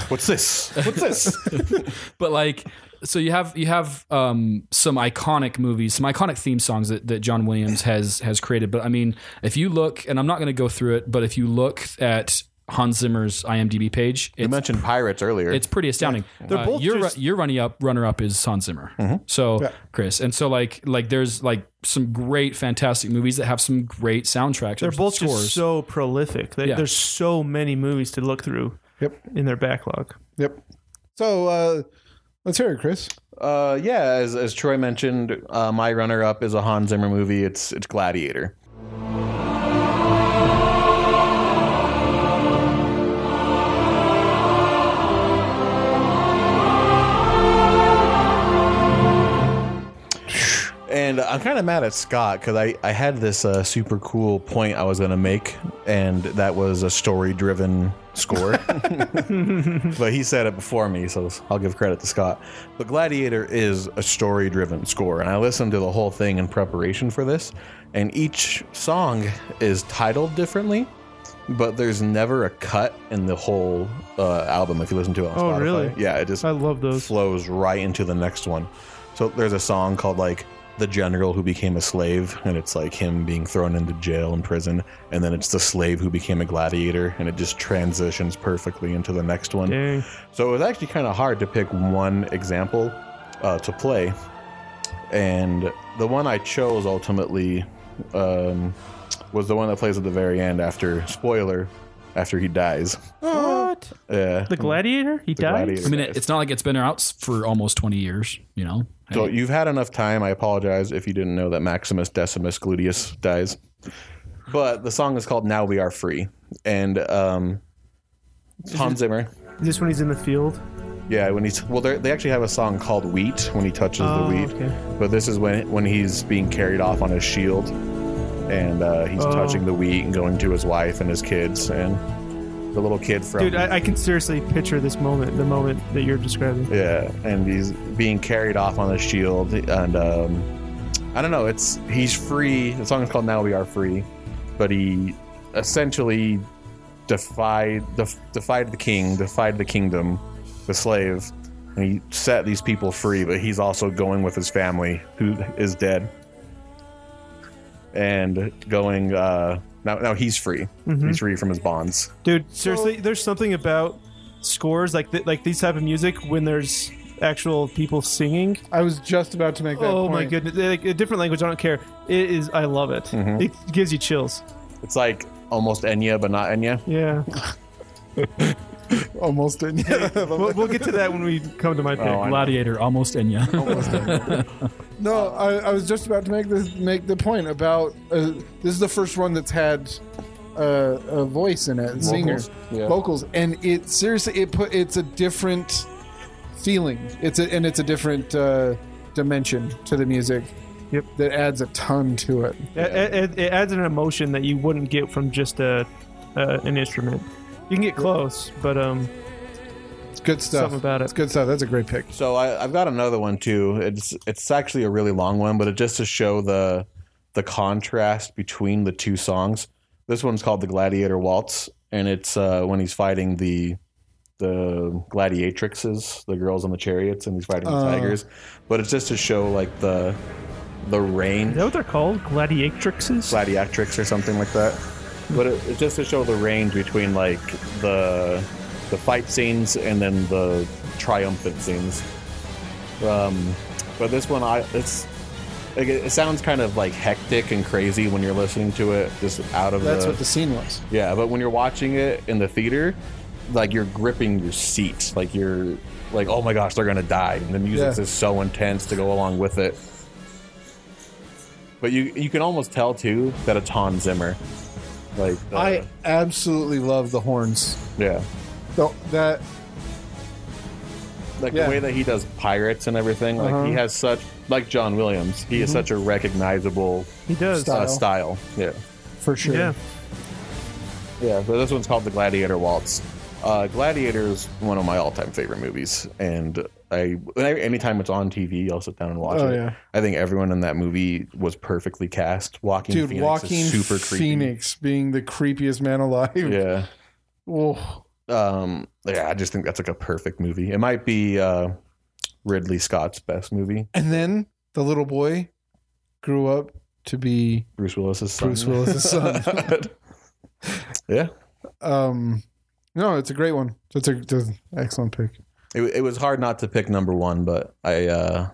A: What's this? What's this?
B: but like so you have you have um, some iconic movies, some iconic theme songs that, that John Williams has has created. But I mean, if you look, and I'm not going to go through it, but if you look at Hans Zimmer's IMDb page,
A: You
B: it's
A: mentioned pirates earlier.
B: It's pretty astounding.
D: They're
B: Uh,
D: both
B: your
D: just- Mm-hmm.
B: your running up runner up is Hans Zimmer. So
C: Yeah.
B: Chris, and so like like there's like some great fantastic movies that have some great soundtracks.
D: They're
B: or
D: both
B: scores.
D: just so prolific. They,
B: Yeah.
D: There's so many movies to look through
C: Yep.
D: in their backlog.
C: yep. So uh, let's hear it, Chris.
A: uh, yeah, as, as Troy mentioned, uh, my runner-up is a Hans Zimmer movie. It's it's Gladiator. And I'm kind of mad at Scott because I, I had this uh, super cool point I was going to make, and that was a story driven score. but he said it before me, so I'll give credit to Scott. But Gladiator is a story driven score, and I listened to the whole thing in preparation for this, and each song is titled differently. But there's never a cut in the whole uh, album if you listen to it on
D: Oh,
A: Spotify.
D: really?
A: Yeah, it just
D: I love those.
A: flows right into the next one. So there's a song called like the general who became a slave, and it's like him being thrown into jail and prison, and then it's the slave who became a gladiator, and it just transitions perfectly into the next one.
D: Dang.
A: So it was actually kind of hard to pick one example uh, to play, and the one I chose ultimately um, was the one that plays at the very end after spoiler, after he dies. Uh,
D: What?
A: Yeah.
D: The Gladiator? He
A: The
D: died?
A: Gladiator
B: I mean,
A: dies.
B: it, it's not like it's been out for almost 20 years. You know,
A: So
B: Hey,
A: you've had enough time. I apologize if you didn't know that Maximus Decimus Gluteus dies. But the song is called "Now We Are Free," and um, Hans Zimmer.
D: Is this when he's in the field?
A: Yeah, when he's well, they're- they actually have a song called "Wheat" when he touches
D: Oh,
A: the wheat.
D: okay.
A: But this is when when he's being carried off on his shield, and uh, he's
D: Oh.
A: touching the wheat and going to his wife and his kids and the little kid from
D: Dude, I, I can seriously picture this moment, the moment that you're describing.
A: Yeah, and he's being carried off on the shield, and um, I don't know. It's he's free. The song is called "Now We Are Free," but he essentially defied def, defied the king, defied the kingdom, the slave, and he set these people free. But he's also going with his family, who is dead, and going. Uh, now, now he's free. He's free from his bonds.
D: Dude, seriously, there's something about scores like th- like these type of music when there's actual people singing.
C: I was just about to make that.
D: Oh
C: point.
D: my goodness, They're like a different language. I don't care. It is. I love it.
A: Mm-hmm.
D: It gives you chills.
A: It's like almost Enya, but not Enya.
D: Yeah,
C: Almost didn't.
D: we'll, we'll get to that when we come to my pick.
A: Oh, I know.
B: Gladiator almost Enya.
C: No, I, I was just about to make this make the point about uh, this is the first one that's had uh, a voice in it, a singer,
A: yeah.
C: vocals, and it seriously it put it's a different feeling. It's a, and it's a different uh, dimension to the music.
D: Yep.
C: that adds a ton to it.
D: It, it, it adds an emotion that you wouldn't get from just a uh, an instrument. You can get close, but um,
C: It's good stuff.
D: Something about it.
C: It's good stuff. That's a great pick.
A: So I, I've got another one too. It's it's actually a really long one, but it just to show the the contrast between the two songs. This one's called the Gladiator Waltz, and it's uh, when he's fighting the the gladiatrixes, the girls on the chariots, and he's fighting the
C: Uh.
A: tigers. But it's just to show like the the
D: is
A: range,
D: that what they're called? Gladiatrixes.
A: gladiatrix or something like that. But it, it's just to show the range between like the the fight scenes and then the triumphant scenes. Um, But this one, I it's like it, it sounds kind of like hectic and crazy when you're listening to it, just out of
C: That's
A: the,
C: what the scene was.
A: yeah. But when you're watching it in the theater, like you're gripping your seat, like you're like, oh my gosh, they're gonna die, and the music
C: Yeah.
A: is so intense to go along with it. But you you can almost tell too that it's Hans Zimmer, like uh,
C: I absolutely love the horns.
A: yeah.
C: Don't- That
A: like
C: Yeah. Uh-huh.
A: the way that he does pirates and everything like he has such like john williams he is such a recognizable
D: He does.
A: uh,
C: Mm-hmm. Style.
A: style yeah
C: for sure.
D: Yeah.
A: yeah so this one's called the gladiator waltz uh, gladiator is one of my all-time favorite movies and i and I- anytime it's on tv i'll sit down and watch
C: Oh,
A: it
C: yeah.
A: i think everyone in that movie was perfectly cast walking
C: Dude,
A: phoenix
C: Walking
A: is super creepy
C: Phoenix being the creepiest man alive.
A: yeah
C: Whoa.
A: um yeah i just think that's like a perfect movie it might be uh ridley scott's best movie
C: And then the little boy grew up to be
A: bruce willis's son
C: Bruce Willis's son.
A: yeah
C: um, no, it's a great one. That's a, that's an excellent pick.
A: It, it was hard not to pick number one, but I uh,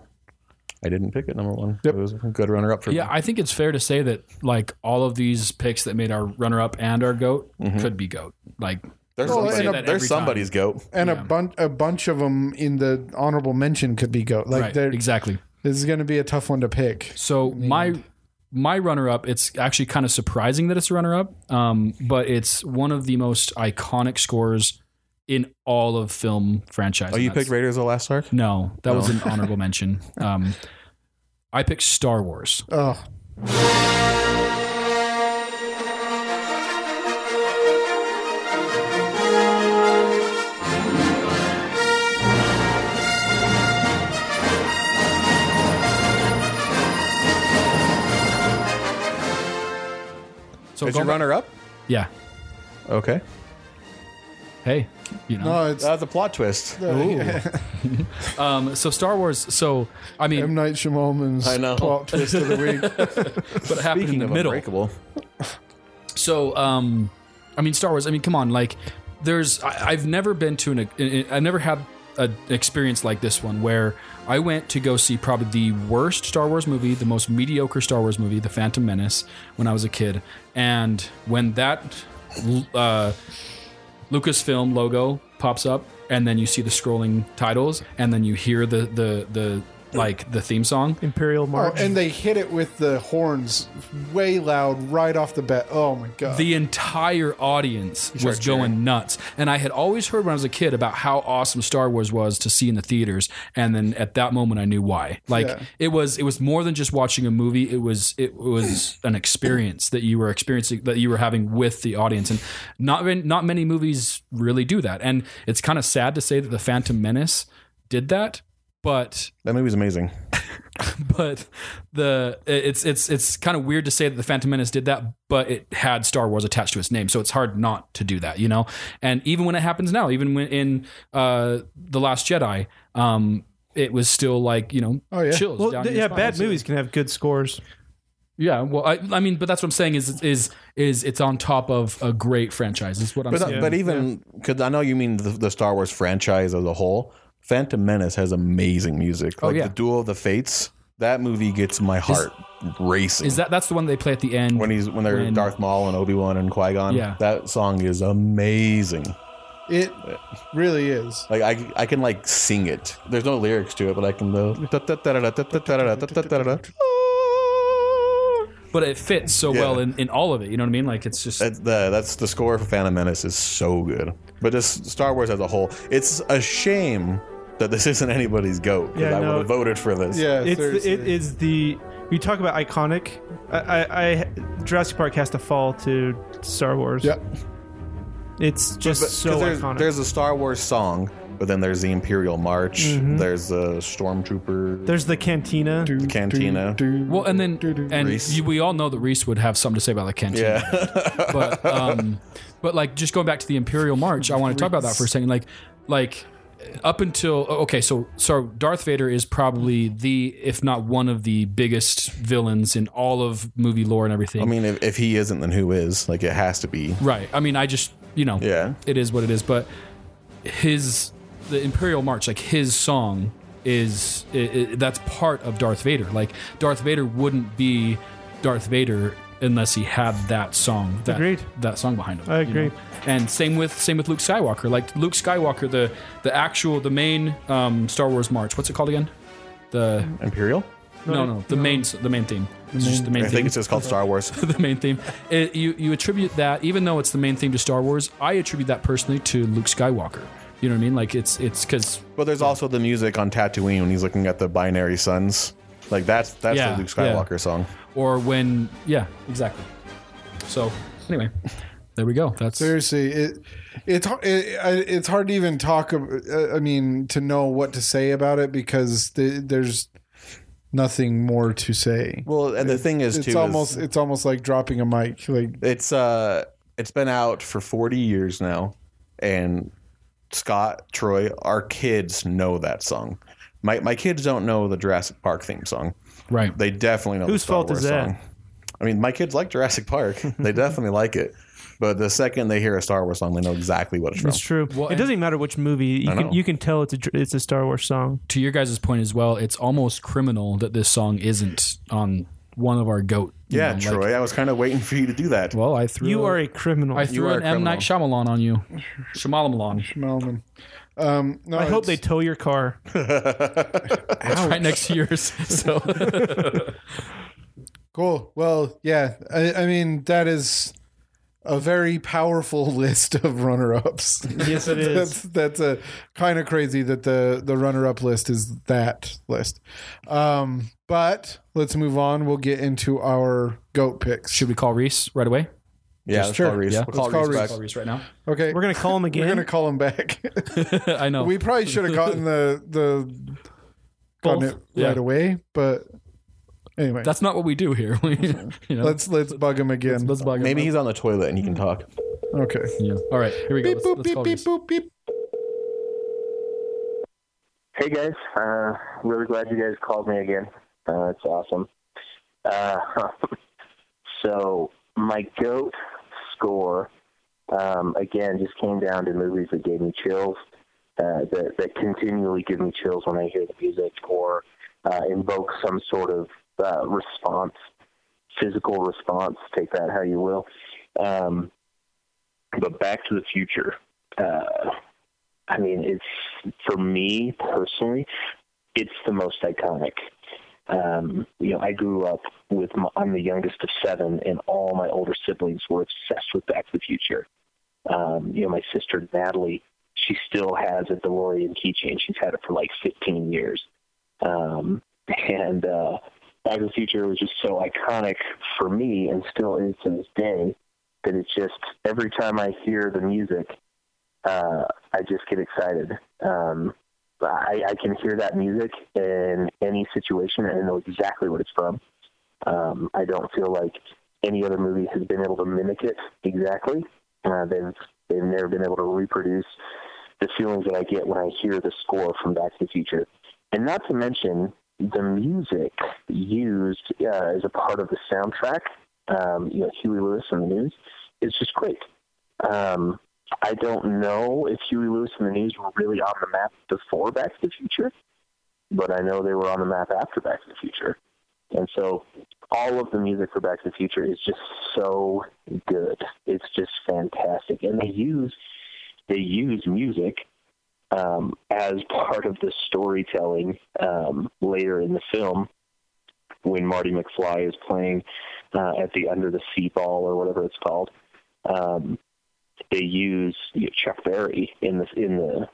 A: I didn't pick it number one.
C: Yep.
A: It was a good runner up for
B: Yeah,
A: me.
B: I think it's fair to say that like all of these picks that made our runner up and our goat
A: Mm-hmm.
B: could be goat. Like
A: There's,
C: Well,
A: somebody,
C: and a-
B: every time.
A: there's somebody's goat.
C: And
B: Yeah.
C: a bunch, a bunch of them in the honorable mention could be goat. Like
B: right,
C: they're-
B: exactly.
C: this is going to be a tough one to pick.
B: So my my runner up, it's actually kind of surprising that it's a runner up, um, but it's one of the most iconic scores in all of film franchise.
A: Oh, you
B: and that's-
A: picked Raiders of the Last Ark?
B: No, that was an honorable mention. Um, I picked Star Wars.
C: Oh,
B: So
A: Is
B: go
A: your runner up?
B: yeah.
A: Okay.
B: Hey, you know.
C: no, Oh, it's
A: That's a plot twist.
B: Um, so Star Wars. So I mean,
C: M. Night Shyamalan's
A: I know.
C: plot twist of the week.
B: but it happened in
A: Speaking
B: the
A: of
B: middle.
A: Unbreakable,
B: So, um, I mean, Star Wars. I mean, come on. Like, there's. I, I've never been to an. I- I've never had a- an experience like this one where I went to go see probably the worst Star Wars movie, the most mediocre Star Wars movie, The Phantom Menace, when I was a kid, and when that uh, Lucasfilm logo pops up, and then you see the scrolling titles, and then you hear the the the like the theme song.
D: Imperial
C: Oh,
D: March.
C: and they hit it with the horns way loud right off the bat. Oh my god!
B: the entire audience was
A: cheering.
B: going nuts. And I had always heard when I was a kid about how awesome Star Wars was to see in the theaters. And then at that moment, I knew why. Like
C: Yeah.
B: it was, it was more than just watching a movie. It was, it was an experience that you were experiencing that you were having with the audience. And not, not many movies really do that. And it's kind of sad to say that the Phantom Menace did that, but
A: that movie's amazing.
B: but the it's it's it's kind of weird to say that the Phantom Menace did that, but it had Star Wars attached to its name, so it's hard not to do that, you know. And even when it happens now, even when in uh, the Last Jedi, um, it was still like you know
C: Oh, yeah.
B: chills.
D: well,
B: down
D: th-
B: your
D: yeah,
B: spine.
D: bad movies can have good scores.
B: Yeah, well, I, I mean, but that's what I'm saying is is is it's on top of a great franchise. Is what I'm
A: But,
D: uh,
B: saying.
A: but even because I know you mean the, the Star Wars franchise as a whole, Phantom Menace has amazing music. Like
B: Oh, yeah.
A: the Duel of the Fates, that movie gets my heart racing.
B: Is that that's the one they play at the end?
A: when he's when they're
B: when-
A: Darth Maul and Obi Wan and Qui Gon?
B: Yeah.
A: that song is amazing.
C: it really is.
A: Like I, I can like sing it. There's no lyrics to it, but I can though. That-
B: but it fits so
A: Yeah.
B: well in, in all of it. You know what I mean? Like it's just
A: the- That's the score for Phantom Menace is so good. But just Star Wars as a whole, it's a shame that this isn't anybody's goat because
D: Yeah,
A: I
D: no.
A: would have voted for this.
C: Yeah,
D: It's the,
C: seriously.
D: it is the we talk about iconic. I, I, I Jurassic Park has to fall to Star Wars.
C: Yeah.
D: It's just
A: But- 'cause
D: so
A: there's,
D: iconic.
A: there's a Star Wars song, but then there's the Imperial March.
D: Mm-hmm.
A: There's the Stormtrooper.
D: There's the cantina.
C: Do,
A: cantina.
C: do, do.
B: Well, and then
C: Do, do.
B: and
A: Reese.
B: you, we all know that Reese would have something to say about the canteen.
A: yeah,
B: But um, but like just going back to the Imperial March, I want to talk about that for a second. Like like up until okay, so so Darth Vader is probably the if not one of the biggest villains in all of movie lore and everything.
A: I mean, if, if he isn't, then who is? Like, it has to be.
B: right? I mean, I just you know
A: Yeah.
B: it is what it is. But his the Imperial March, like his song is i i that's part of Darth Vader. Like Darth Vader wouldn't be Darth Vader unless he had that song, that,
D: Agreed.
B: that song behind him.
D: I
B: you know?
D: agree.
B: And same with same with Luke Skywalker. Like Luke Skywalker, the the actual the main um, Star Wars march. What's it called again? The
A: Imperial?
B: no no, the main the main theme. It's just the
A: I
B: main theme
A: think it's just called Star Wars.
B: the main theme. It, you you attribute that, even though it's the main theme to Star Wars, I attribute that personally to Luke Skywalker. You know what I mean? Like it's it's because
A: But there's also the music on Tatooine when he's looking at the binary suns. Like that's that's
B: Yeah,
A: the Luke
B: yeah.
A: Skywalker song.
B: or when yeah exactly. So anyway, there we go. That's
C: Seriously, it it's har- it, I- it's hard to even talk. ab- uh, I mean, to know what to say about it because the, there's nothing more to say.
A: Well, and the thing is
C: It's
A: too,
C: almost
A: is
C: it's almost like dropping a mic. Like
A: it's uh it's been out for 40 years now, and Scott, Troy, our kids know that song. My my kids don't know the Jurassic Park theme song.
B: right.
A: They definitely know the
D: Whose
A: Star
D: fault is
A: Wars
D: that?
A: Song. I mean, my kids like Jurassic Park. they definitely like it. But the second they hear a Star Wars song, they know exactly what it's from.
D: It's true.
B: Well,
D: it
B: and-
D: doesn't even matter which movie. You
A: I
D: can
A: know.
D: you can tell it's a dr- it's a Star Wars song.
B: To your guys' point as well, it's almost criminal that this song isn't on one of our goat. you
A: Yeah,
B: know, like,
A: Troy, I was kind of waiting for you to do that.
B: well, I threw
D: You
B: a-
D: are a criminal.
B: I
D: I,
B: threw
A: are
B: an
A: a
B: M
A: criminal.
B: Night Shyamalan on you, Shyamalan.
C: Melvin. Um, no,
D: hope they
C: it's-
D: tow your car.
B: It's right next to yours. So
C: cool. Well, yeah. I, I mean, that is a very powerful list of runner-ups.
D: Yes, it is.
C: that's that's a kind of crazy that the the runner-up list is that list. Um, but let's move on. We'll get into our goat picks.
B: should we call Reese right away?
A: yeah, let's
C: sure.
A: call Reese.
B: Yeah.
A: We'll call
C: Let's call
A: Reese
C: Reese.
A: back.
B: Call Reese right now.
C: okay,
D: We're gonna call him again.
C: we're gonna call him back.
B: I know.
C: we probably should have gotten the the gotten
D: Both.
C: it
B: Yeah.
C: right away, but anyway,
B: That's not what we do here. We, you know,
C: let's let's bug him again.
B: let's bug him.
A: Maybe he's on the toilet and he can talk.
C: okay.
B: Yeah. All right, here we go.
C: Beep
B: Let's,
C: boop
B: let's
C: beep
B: call
C: beep
B: Reese.
C: boop beep.
F: Hey guys, uh, really glad you guys called me again. Uh, it's awesome. Uh, so my goat score um, again just came down to movies that gave me chills, uh, that that continually give me chills when I hear the music or uh, invoke some sort of uh, response, physical response. Take that how you will. Um, but Back to the Future. Uh, I mean, it's for me personally, it's the most iconic. Um, you know, I grew up with my, I'm the youngest of seven, and all my older siblings were obsessed with Back to the Future. Um, you know, my sister Natalie, she still has a DeLorean keychain. She's had it for like 15 years, um, and uh, Back to the Future was just so iconic for me, and still is to this day. That it's just every time I hear the music, uh, I just get excited. Um, I, I can hear that music in any situation and I know exactly what it's from. Um, I don't feel like any other movie has been able to mimic it exactly. Uh, they've they've never been able to reproduce the feelings that I get when I hear the score from Back to the Future, and not to mention the music used uh, as a part of the soundtrack. Um, you know, Huey Lewis and the News is just great. Um, I don't know if Huey Lewis and the News were really on the map before Back to the Future, but I know they were on the map after Back to the Future. And so all of the music for Back to the Future is just so good. It's just fantastic. And they use they use music um, as part of the storytelling um, later in the film when Marty McFly is playing uh, at the under the sea ball or whatever it's called. Um, they use you know, Chuck Berry in the in the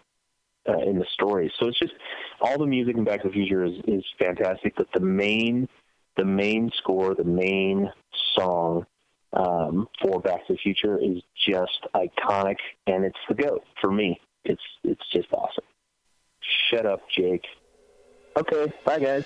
F: uh, in the story. So it's just all the music in Back to the Future is, is fantastic, but the main the main score, the main song um, for Back to the Future is just iconic, and it's the goat for me. It's it's just awesome. Shut up, Jake. Okay, bye guys.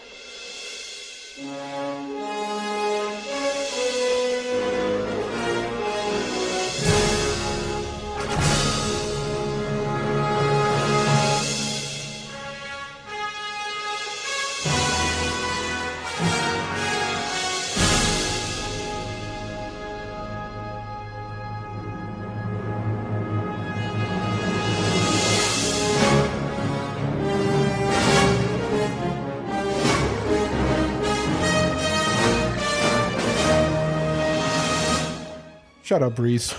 C: Shut up, Reese.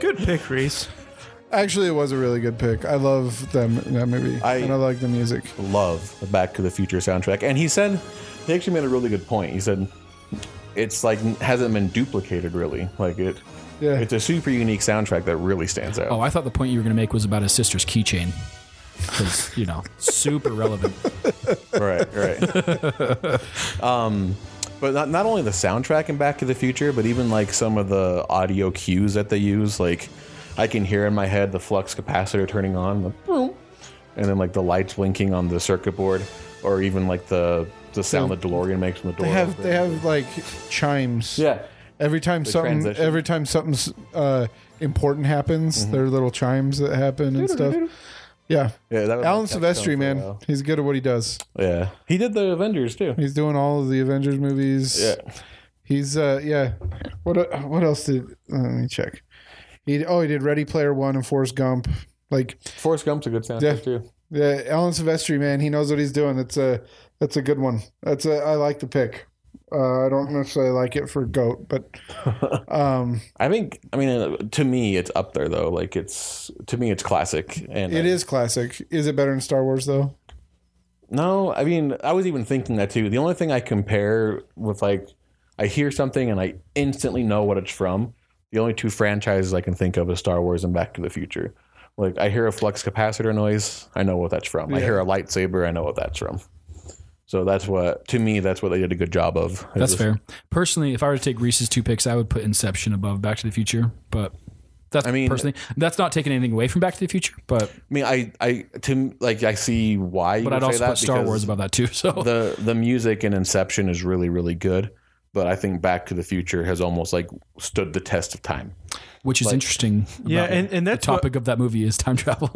D: Good pick, Reese.
C: Actually, it was a really good pick. I love them that movie,
A: I-
C: and I like the music.
A: love the Back to the Future soundtrack. And he said, he actually made a really good point. He said, it's like hasn't been duplicated really. Like it,
C: Yeah.
A: it's a super unique soundtrack that really stands out.
B: Oh, I thought the point you were going to make was about his sister's keychain. Because, you know, super relevant.
A: right, right. um, but not, not only the soundtrack in Back to the Future, but even like some of the audio cues that they use. Like I can hear in my head the flux capacitor turning on, the boom, and then like the lights blinking on the circuit board, or even like the the sound the DeLorean makes when the door.
C: They have
A: opens.
C: they have like chimes.
A: yeah.
C: Every time something
A: transition. Mm-hmm.
C: every time something uh, important happens, there are little chimes that happen and stuff. Yeah.
A: Yeah, that was like kept
C: Alan
A: going for
C: Silvestri,
A: a
C: man,
A: while.
C: he's good at what he does.
A: Yeah, he did the Avengers too.
C: He's doing all of the Avengers movies.
A: Yeah,
C: He's uh yeah. What uh, what else did let me check. He oh he did Ready Player 1 and Forrest Gump. Like
A: Forrest Gump's a good soundtrack
C: Yeah.
A: too.
C: yeah, Alan Silvestri, man, he knows what he's doing. That's a that's a good one. That's a I like the pick. Uh, I don't necessarily like it for goat, but um
A: I think. I mean, uh, to me, it's up there though. Like it's to me, it's classic. And
C: It is classic. Is it better than Star Wars though?
A: No, I mean, I was even thinking that too. The only thing I compare with like, I hear something and I instantly know what it's from. The only two franchises I can think of is Star Wars and Back to the Future. Like, I hear a flux capacitor noise, I know what that's from. I hear a lightsaber, I know what that's from. So that's what, to me, that's what they did a good job of. It
B: That's
A: was-
B: fair. Personally, if I were to take Reese's two picks, I would put Inception above Back to the Future. But that's
A: I mean-
B: personally, that's not taking anything away from Back to the Future. But
A: I mean, I, I, to like, I see why. You
B: but
A: would
B: I'd
A: say
B: also
A: that
B: put Star
A: because
B: Wars above that too. So
A: the the music in Inception is really, really good. But I think Back to the Future has almost like stood the test of time.
B: which is interesting.
D: Yeah,
B: about
D: and- and that's
B: the topic of that movie is time travel.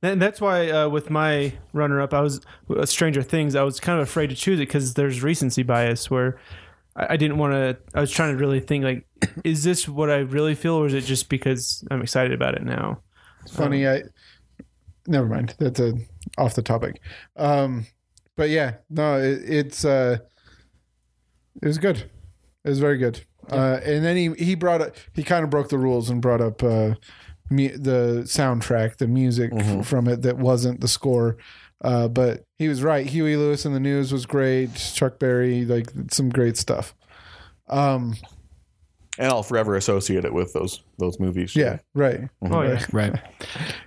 D: And that's why uh, with my runner-up, I was uh, Stranger Things. I was kind of afraid to choose it because there's recency bias where I, I didn't want to. I was trying to really think like, is this what I really feel, or is it just because I'm excited about it now?
C: It's funny. I never mind. That's a off the topic. Um, but yeah, no, it, it's uh, it was good. It was very good. Uh, and then he he brought up he kind of broke the rules and brought up uh, mu- the soundtrack, the music from it that wasn't the score. Uh, but he was right. Huey Lewis in the News was great. Chuck Berry, like some great stuff. Um,
A: and I'll forever associate it with those those movies.
C: yeah, Mm-hmm. right.
D: Oh yeah,
B: right.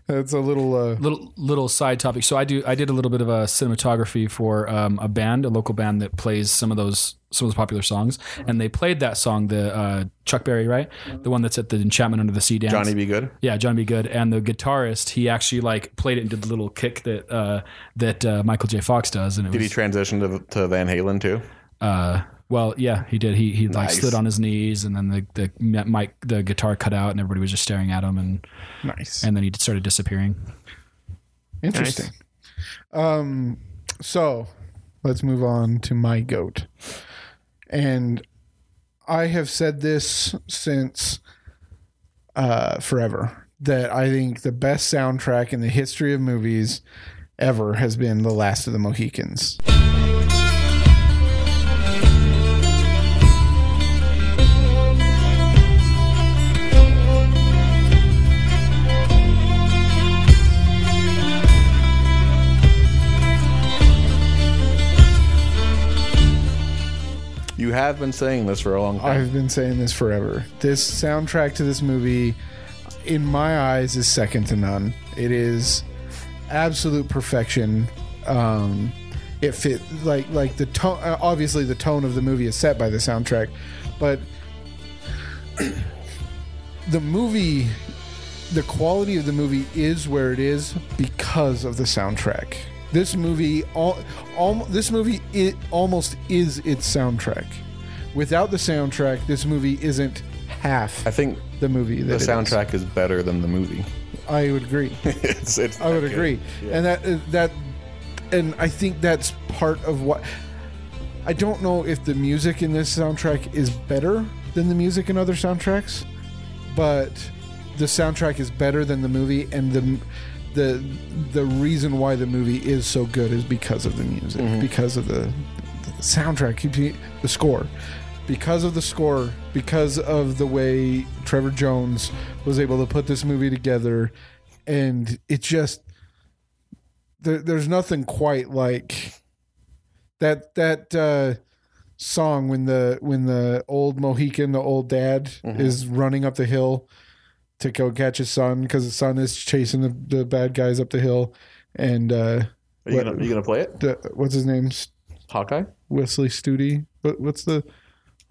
C: It's a little uh,
B: little little side topic. So I do I did a little bit of a cinematography for um, a band, a local band that plays some of those some of those popular songs, and they played that song, the uh, Chuck Berry, right, the one that's at the Enchantment Under the Sea dance.
A: Johnny Be Good.
B: yeah, Johnny B. Good, and the guitarist he actually like played it and did the little kick that uh, that uh, Michael J. Fox does, and it
A: Did he
B: was
A: transition to, to Van Halen too?
B: uh, well, yeah, he did. He he like
A: Nice.
B: slid on his knees, and then the the mic the guitar cut out, and everybody was just staring at him, and
C: nice.
B: and then he started disappearing.
C: Interesting. Um, so let's move on to my goat. And I have said this since uh, forever that I think the best soundtrack in the history of movies ever has been The Last of the Mohicans.
A: You have been saying this for a long time.
C: I've been saying this forever. This soundtrack to this movie, in my eyes, is second to none. It is absolute perfection. Um, it fit like like the tone. uh, Obviously, the tone of the movie is set by the soundtrack, but the movie, the quality of the movie is where it is because of the soundtrack. This movie, all, al- this movie, it almost is its soundtrack without the soundtrack, this movie isn't half
A: I think
C: the movie.
A: the
C: That it is.
A: soundtrack is better than the movie.
C: I would agree.
A: it's, it's
C: I would
A: that good.
C: agree. And that that and I think that's part of what I don't know if the music in this soundtrack is better than the music in other soundtracks, but the soundtrack is better than the movie and the the the reason why the movie is so good is because of the music, because of the, the soundtrack, the score. because of the score, because of the way Trevor Jones was able to put this movie together, and it just there, there's nothing quite like that that uh, song when the when the old Mohican, the old dad, is running up the hill to go catch his son because his son is chasing the, the bad guys up the hill, and uh,
A: Are you
C: What-
A: gonna, you gonna play it?
C: the, what's his name?
A: Hawkeye?
C: Wesley Studi. What, what's the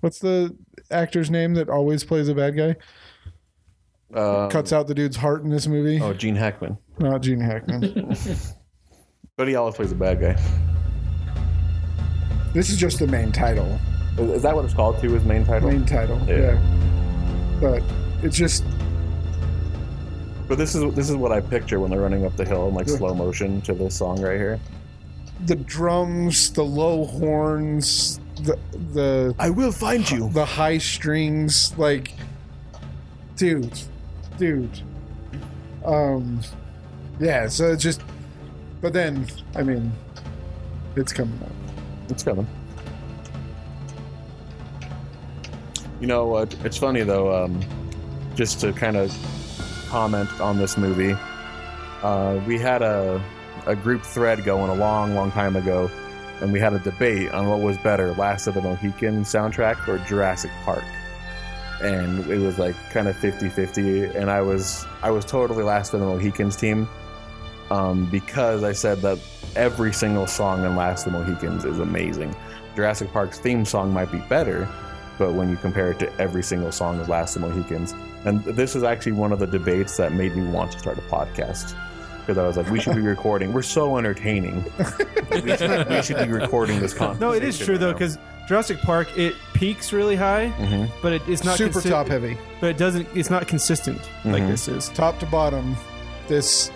C: what's the actor's name that always plays a bad guy?
A: Um,
C: Cuts out the dude's heart in this movie.
A: Oh, Gene Hackman.
C: Not Gene Hackman.
A: But he always plays a bad guy.
C: this is just the main title.
A: Is, is that what it's called too? His main title.
C: Main title.
A: Yeah.
C: Yeah. But it's just
A: But this is this is what I picture when they're running up the hill in like slow motion to this song right here.
C: the drums, the low horns, the the
A: I will find you.
C: the high strings, like dude, dude. Um yeah, so it's just but then I mean it's coming up.
A: It's coming. You know what? It's funny though. Um, just to kind of comment on this movie, uh, we had a a group thread going a long, long time ago, and we had a debate on what was better, Last of the Mohican soundtrack or Jurassic Park. And it was like kind of 50-50, and I was I was totally Last of the Mohicans team um, because I said that every single song in Last of the Mohicans is amazing. Jurassic Park's theme song might be better, but when you compare it to every single song of Last of the Mohicans, and this is actually one of the debates that made me want to start a podcast. Because I was like, we should be recording. We're so entertaining. we, should, we should be recording this conversation.
D: No, it is true though, because Jurassic Park it peaks really high,
A: hmm
D: but it, it's not
C: super
D: consi-
C: top Mm-hmm. heavy.
D: But it doesn't. It's not consistent like
A: Mhm.
D: this is.
C: top to bottom, this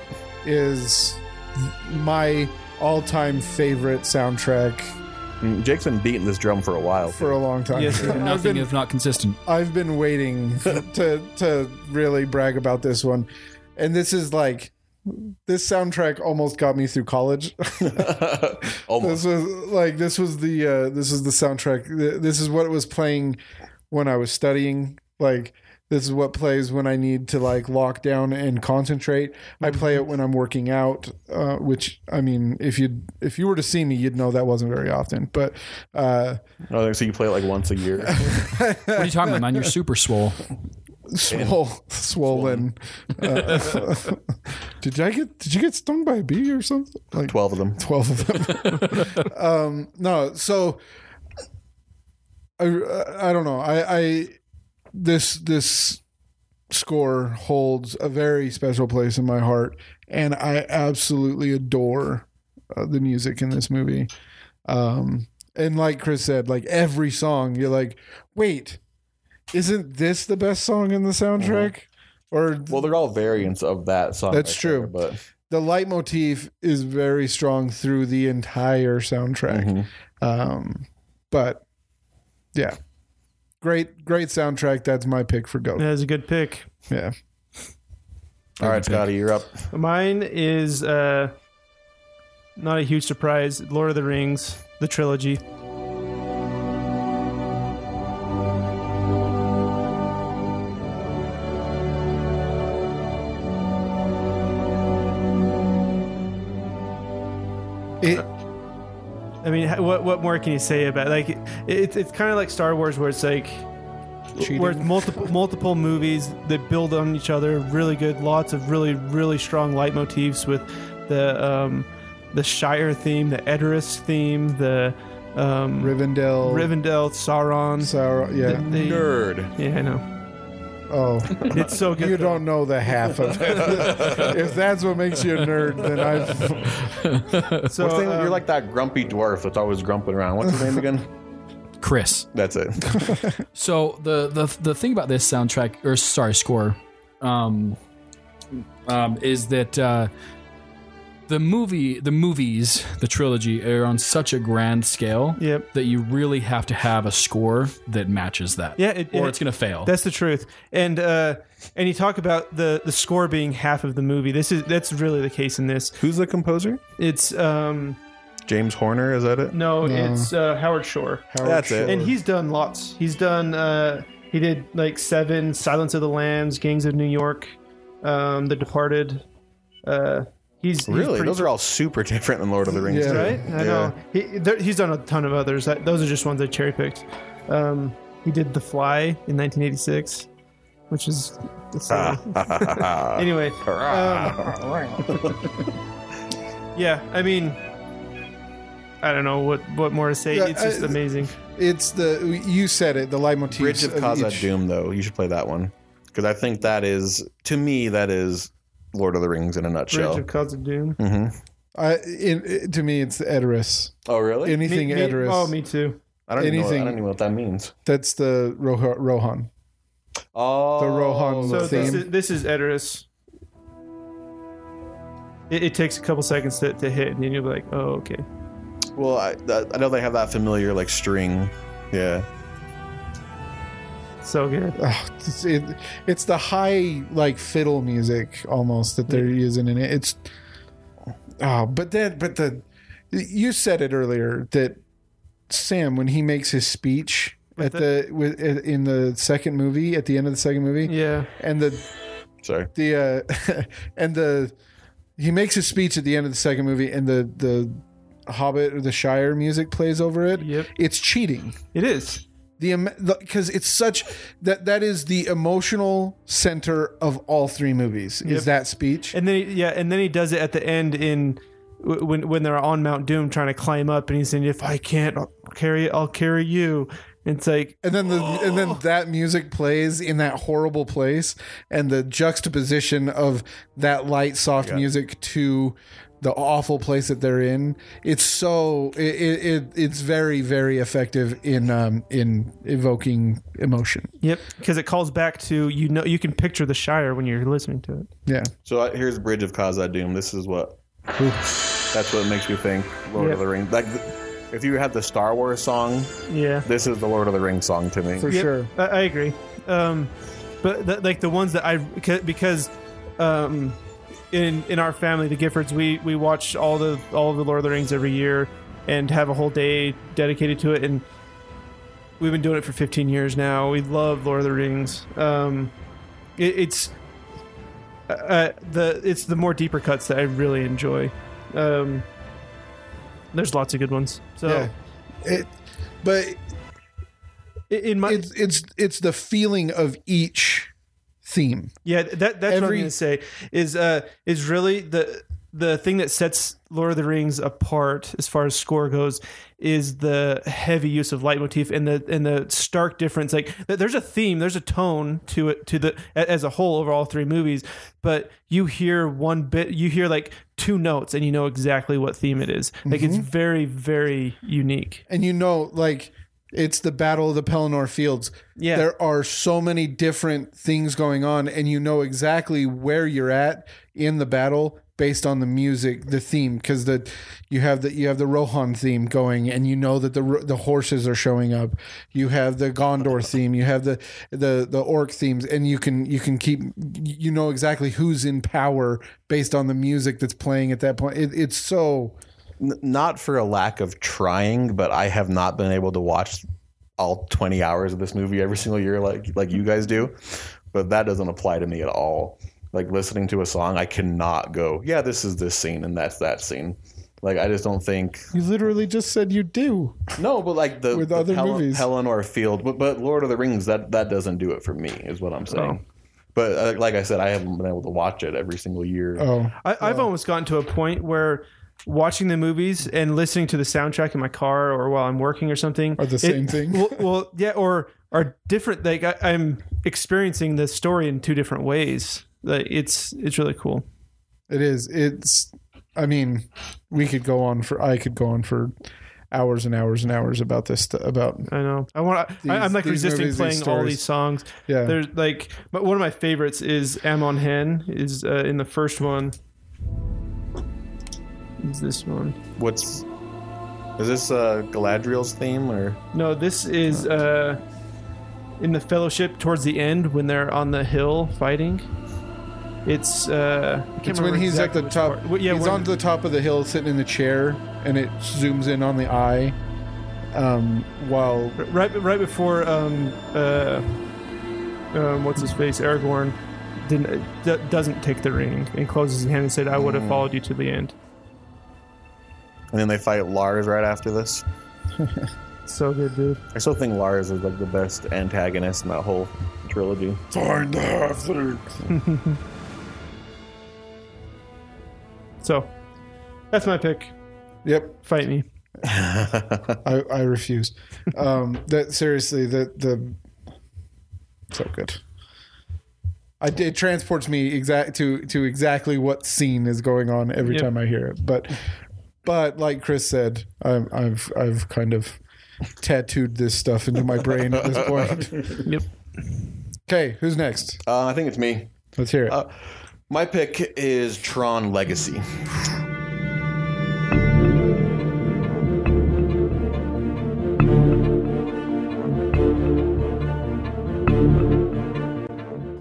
C: is my all-time favorite soundtrack
A: Mm, Jake's been beating this drum for a while.
C: for a long time.
D: Yes, sir.
C: I've
B: Nothing
C: been
B: if not consistent.
C: I've been waiting to to really brag about this one, and this is like this soundtrack almost got me through college.
A: Almost.
C: This was like this was the uh, this is the soundtrack. Th- This is what it was playing when I was studying. Like this is what plays when I need to like lock down and concentrate. I play it when I'm working out, uh, which I mean, if you if you were to see me, you'd know that wasn't very often. But uh,
A: Oh, so you play it like once a year.
B: What are you talking about, man? You're super swole.
C: swole, swollen. Uh, did I get did you get stung by a bee or something? Like
A: Twelve of them.
C: 12 of them. um, no, so I, I don't know. I, I this this score holds a very special place in my heart, and I absolutely adore uh, the music in this movie. Um, and like Chris said, like every song, you're like, wait, isn't this the best song in the soundtrack? Or
A: Well, they're all variants of that song.
C: That's
A: there,
C: true.
A: but
C: the leitmotif is very strong through the entire soundtrack.
A: Mhm.
C: Um, but yeah, great, great soundtrack. That's my pick for GOAT.
D: That is a good pick.
C: Yeah.
A: all right, Scotty, you're up.
D: Mine is uh, not a huge surprise. Lord of the Rings, the trilogy.
A: Uh,
C: It,
D: I mean, ha- what what more can you say about like it, it, it's kind of like Star Wars where it's like where it's multiple multiple movies that build on each other, really good, lots of really really strong leitmotifs with the um, the Shire theme, the Edoras theme, the um,
C: Rivendell.
D: Rivendell, Sauron.
C: Sauron. Yeah.
D: the-
A: Nerd.
D: Yeah, I know.
C: Oh,
D: It's so good.
C: you
D: though.
C: don't know the half of it. if that's what makes you a nerd, then I've.
D: So,
A: What's the name-
D: um,
A: you're like that grumpy dwarf that's always grumping around. What's his name again?
B: Chris.
A: That's it.
B: So the the the thing about this soundtrack or sorry score, um, um, is that uh, the movie the movies the trilogy are on such a grand scale
D: Yep.
B: that you really have to have a score that matches that.
D: Yeah, it-
B: or
D: it-
B: it's gonna fail.
D: That's the truth. And uh, and you talk about the the score being half of the movie. This is that's really the case in this.
A: Who's the composer?
D: It's um
A: James Horner, is that it?
D: No, it's uh, Howard Shore.
C: Howard
A: That's it.
D: And he's done lots. He's done. Uh, he did like Seven, Silence of the Lambs, Gangs of New York, um, The Departed. Uh, he's he's
A: Really?
D: pretty-
A: Those are all super different than Lord of the Rings.
C: Yeah.
A: too.
D: right.
A: Yeah.
D: I know. He, there, he's done a ton of others. That, those are just ones I cherry picked. Um, he did The Fly in 1986, which is. That's anyway, Uh, um, yeah. I mean, I don't know what what more to say.
C: Yeah,
D: it's just
C: I-
D: amazing.
C: It's the you said it. The leitmotif.
A: Bridge of Khazad
C: each-
A: Doom, though. You should play that one. Because I think that is, to me, that is Lord of the Rings in a
D: Bridge
A: nutshell.
D: of Cause of Doom.
A: hmm
C: I, in, it- to me, it's the Edoras.
A: Oh, really?
C: Anything
D: me, me-
C: Edoras.
D: oh, me too.
A: I, don't even know, I
C: anything-
A: don't even know what that means.
C: That's the Roh- Rohan.
A: Oh,
C: The Rohan
D: So
C: theme.
D: this is, this is Edoras. It, it takes a couple seconds to, to hit, and then you'll be like, "Oh, okay."
A: Well, I, that- I know they have that familiar like string. Yeah.
D: So good.
C: Ugh, it's, it, it's the high like fiddle music almost that they're using in it. It's oh, but then but the you said it earlier that Sam when he makes his speech at the, with, in the second movie at the end of the second movie
D: Yeah.
C: and the
A: Sorry.
C: the uh, and the he makes his speech at the end of the second movie and the the Hobbit or the Shire music plays over it.
D: Yep.
C: It's cheating
D: It is.
C: the because it's such that that is the emotional center of all three movies
D: Yep.
C: is that speech
D: And then yeah, and then he does it at the end in w- when when they're on Mount Doom trying to climb up, and he's saying, "If I can't carry it, I'll carry you." And it's like
C: and then the and then that music plays in that horrible place and the juxtaposition of that light soft music to the awful place that they're in it's so it, it, it it's very very effective in um in evoking emotion
D: yep, because it calls back to you know you can picture the Shire when you're listening to it.
C: yeah
A: So uh, here's Bridge of Khazad Doom. This is what. that's what makes me think Lord of
D: Yeah.
A: the Rings. Like, th- if you had the Star Wars song,
D: Yeah.
A: this is the Lord of the Rings song to me.
C: for
D: Yep,
C: sure
D: I, I agree. Um, but th- like the ones that I c- because um, in in our family, the Giffords, we we watch all the all of the Lord of the Rings every year and have a whole day dedicated to it, and we've been doing it for 15 years now. We love Lord of the Rings. Um, it, it's uh, the it's the more deeper cuts that I really enjoy. Um, there's lots of good ones. So
C: yeah it, but
D: i- in my
C: it's it's it's the feeling of each theme.
D: Yeah, th- that that's what I'm
C: Every-
D: gonna say. Is uh is really the the thing that sets Lord of the Rings apart as far as score goes is the heavy use of leitmotif and the and the stark difference. Like th- there's a theme, there's a tone to it to the a- as a whole over all three movies, but you hear one bit, you hear like two notes, and you know exactly what theme it is. Like it's very very unique.
C: And you know, like it's the Battle of the Pelennor Fields.
D: Yeah.
C: There are so many different things going on, and you know exactly where you're at in the battle based on the music, the theme, because the you have the you have the Rohan theme going, and you know that the ro- the horses are showing up. You have the Gondor theme, you have the the the orc themes, and you can you can keep you know exactly who's in power based on the music that's playing at that point. It, it's so
A: N- not for a lack of trying, but I have not been able to watch all 20 hours of this movie every single year like like you guys do. But that doesn't apply to me at all. Like listening to a song, I cannot go, yeah, this is this scene and that's that scene. Like I just don't think
C: You literally just said you do.
A: no, but like the
C: With
A: the
C: other
A: Pel-
C: movies.
A: Pelennor Field, but, but Lord of the Rings that that doesn't do it for me is what I'm saying. But uh, like I said, I haven't been able to watch it every single year.
C: Oh,
D: I, I've almost gotten to a point where watching the movies and listening to the soundtrack in my car or while I'm working or something
C: Are the same thing.
D: well, well, yeah, or are different. Like I, I'm experiencing the story in two different ways. Like it's it's really cool.
C: it is. It's. I mean, we could go on for. I could go on for hours and hours and hours about this. stu- About
D: I know. I want.
C: These-
D: I, I'm like
C: these
D: resisting
C: movies, these
D: playing all
C: stories.
D: these songs.
C: yeah.
D: There's like my, one of my favorites is Amon Hen is uh, in the first one. Is this one?
A: What's is this uh, Galadriel's theme or
D: No, this is uh, in the Fellowship towards the end when they're on the hill fighting. It's uh, I can't
C: It's
D: remember
C: when he's
D: exactly
C: at the
D: which
C: top.
D: part. Well, yeah,
C: he's
D: when-
C: on the top of the hill, sitting in the chair, and it zooms in on the eye. Um, while
D: right right before um uh um what's his face Aragorn didn't d- doesn't take the ring and closes his hand and said I would
C: Mm.
D: have followed you to the end.
A: And then they fight Lars right after this.
D: So good, dude.
A: I still think Lars is like the best antagonist in that whole trilogy.
C: find the halfling.
D: So that's my pick.
C: Yep,
D: Fight me.
C: I, I refuse. Um, that seriously, the the so good. I, it transports me exact to to exactly what scene is going on every
D: Yep.
C: time I hear it. But but like Chris said, I'm, I've I've kind of tattooed this stuff into my brain at this point.
D: Yep.
C: Okay, who's next?
A: Uh, I think it's me.
C: Let's hear it.
A: Uh, My pick is Tron Legacy.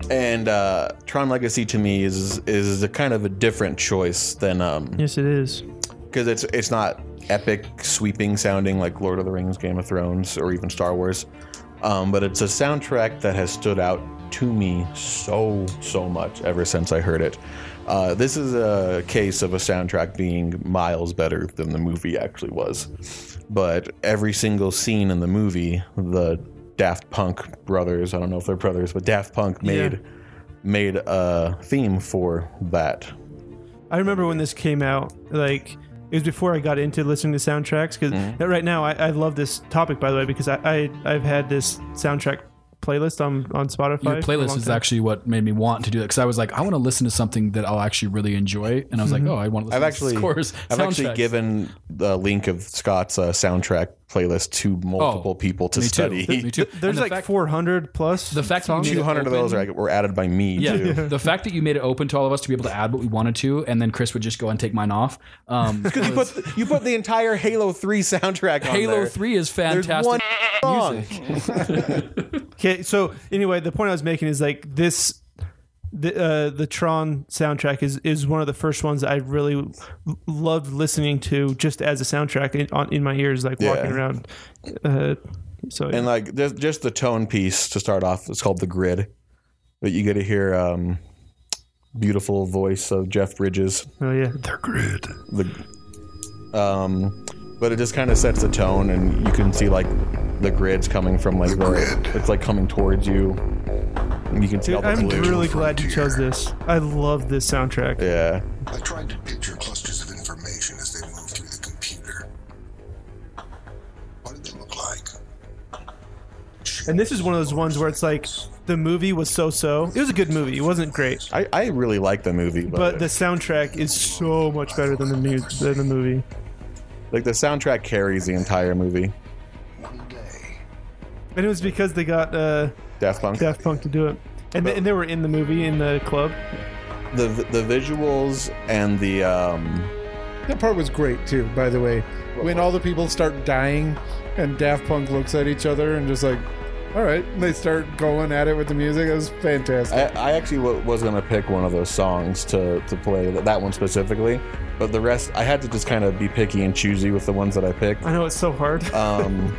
A: And uh, Tron Legacy to me is is a kind of a different choice than um,
D: Yes, it is.
A: because it's it's not epic, sweeping sounding like Lord of the Rings, Game of Thrones, or even Star Wars. Um, but it's a soundtrack that has stood out to me so so much ever since I heard it. Uh, this is a case of a soundtrack being miles better than the movie actually was. But every single scene in the movie, the Daft Punk brothers—I don't know if they're brothers, but Daft Punk made made a theme for that
D: I remember when this came out, like it was before I got into listening to soundtracks. Because
A: Mm-hmm.
D: right now, I, I love this topic by the way because I, I I've had this soundtrack playlist on on Spotify.
B: Your
D: for a
B: playlist
D: long
B: is
D: time.
B: actually what made me want to do that because I was like, I want to listen to something that I'll actually really enjoy, and I was
D: Mm-hmm.
B: like, oh, I want to listen
A: I've
B: to
A: actually,
B: scores.
A: I've actually
B: soundtracks.
A: given the link of Scott's uh, soundtrack playlist to multiple
B: Oh,
A: people to
B: me
A: study.
B: Too. Me too. And
D: There's
B: the
D: like
B: fact-
D: 400 plus.
B: the fact that you made it
A: 200 of those
B: open-
A: are, were added by me.
B: Yeah,
A: Too.
B: the fact that you made it open to all of us to be able to add what we wanted to, and then Chris would just go and take mine off. Um,
A: Because you put you put the entire Halo Three soundtrack on
B: Halo
A: there.
B: Three is
A: There's
B: fantastic.
A: one song.
D: Okay, so anyway, the point I was making is like this. The, uh, the Tron soundtrack is, is one of the first ones I really l- loved listening to just as a soundtrack in, on, in my ears, like walking
A: Yeah.
D: around. Uh, so
A: and like just, just the tone piece to start off. It's called the Grid. But you get to hear um, beautiful voice of Jeff Bridges.
D: oh yeah,
A: um, but it just kind of sets the tone, and you can see like the grids coming from like the, it's like coming towards you. And you can see all the
D: I'm
A: blue.
D: really glad you chose this. I love this soundtrack.
A: yeah,
G: I tried to picture clusters of information as they moved through the computer. What did they look like?
D: And this is one of those ones where it's like the movie was so so. It was a good movie. It wasn't great,
A: I, I really like the movie, but,
D: but the soundtrack is so much better than the mu- than the movie.
A: like the soundtrack carries the entire movie.
G: One day,
D: And it was because they got. Uh,
A: Daft Punk.
D: Daft Punk to do it. And they, and they were in the movie in the club.
A: The the visuals and the um,
C: That part was great too, by the way. When all the people start dying and Daft Punk looks at each other and just like, all right, and they start going at it with the music. It was fantastic.
A: I, I actually w- was gonna pick one of those songs to to play that, that one specifically, but the rest I had to just kind of be picky and choosy with the ones that I picked.
D: I know it's so hard.
A: Um,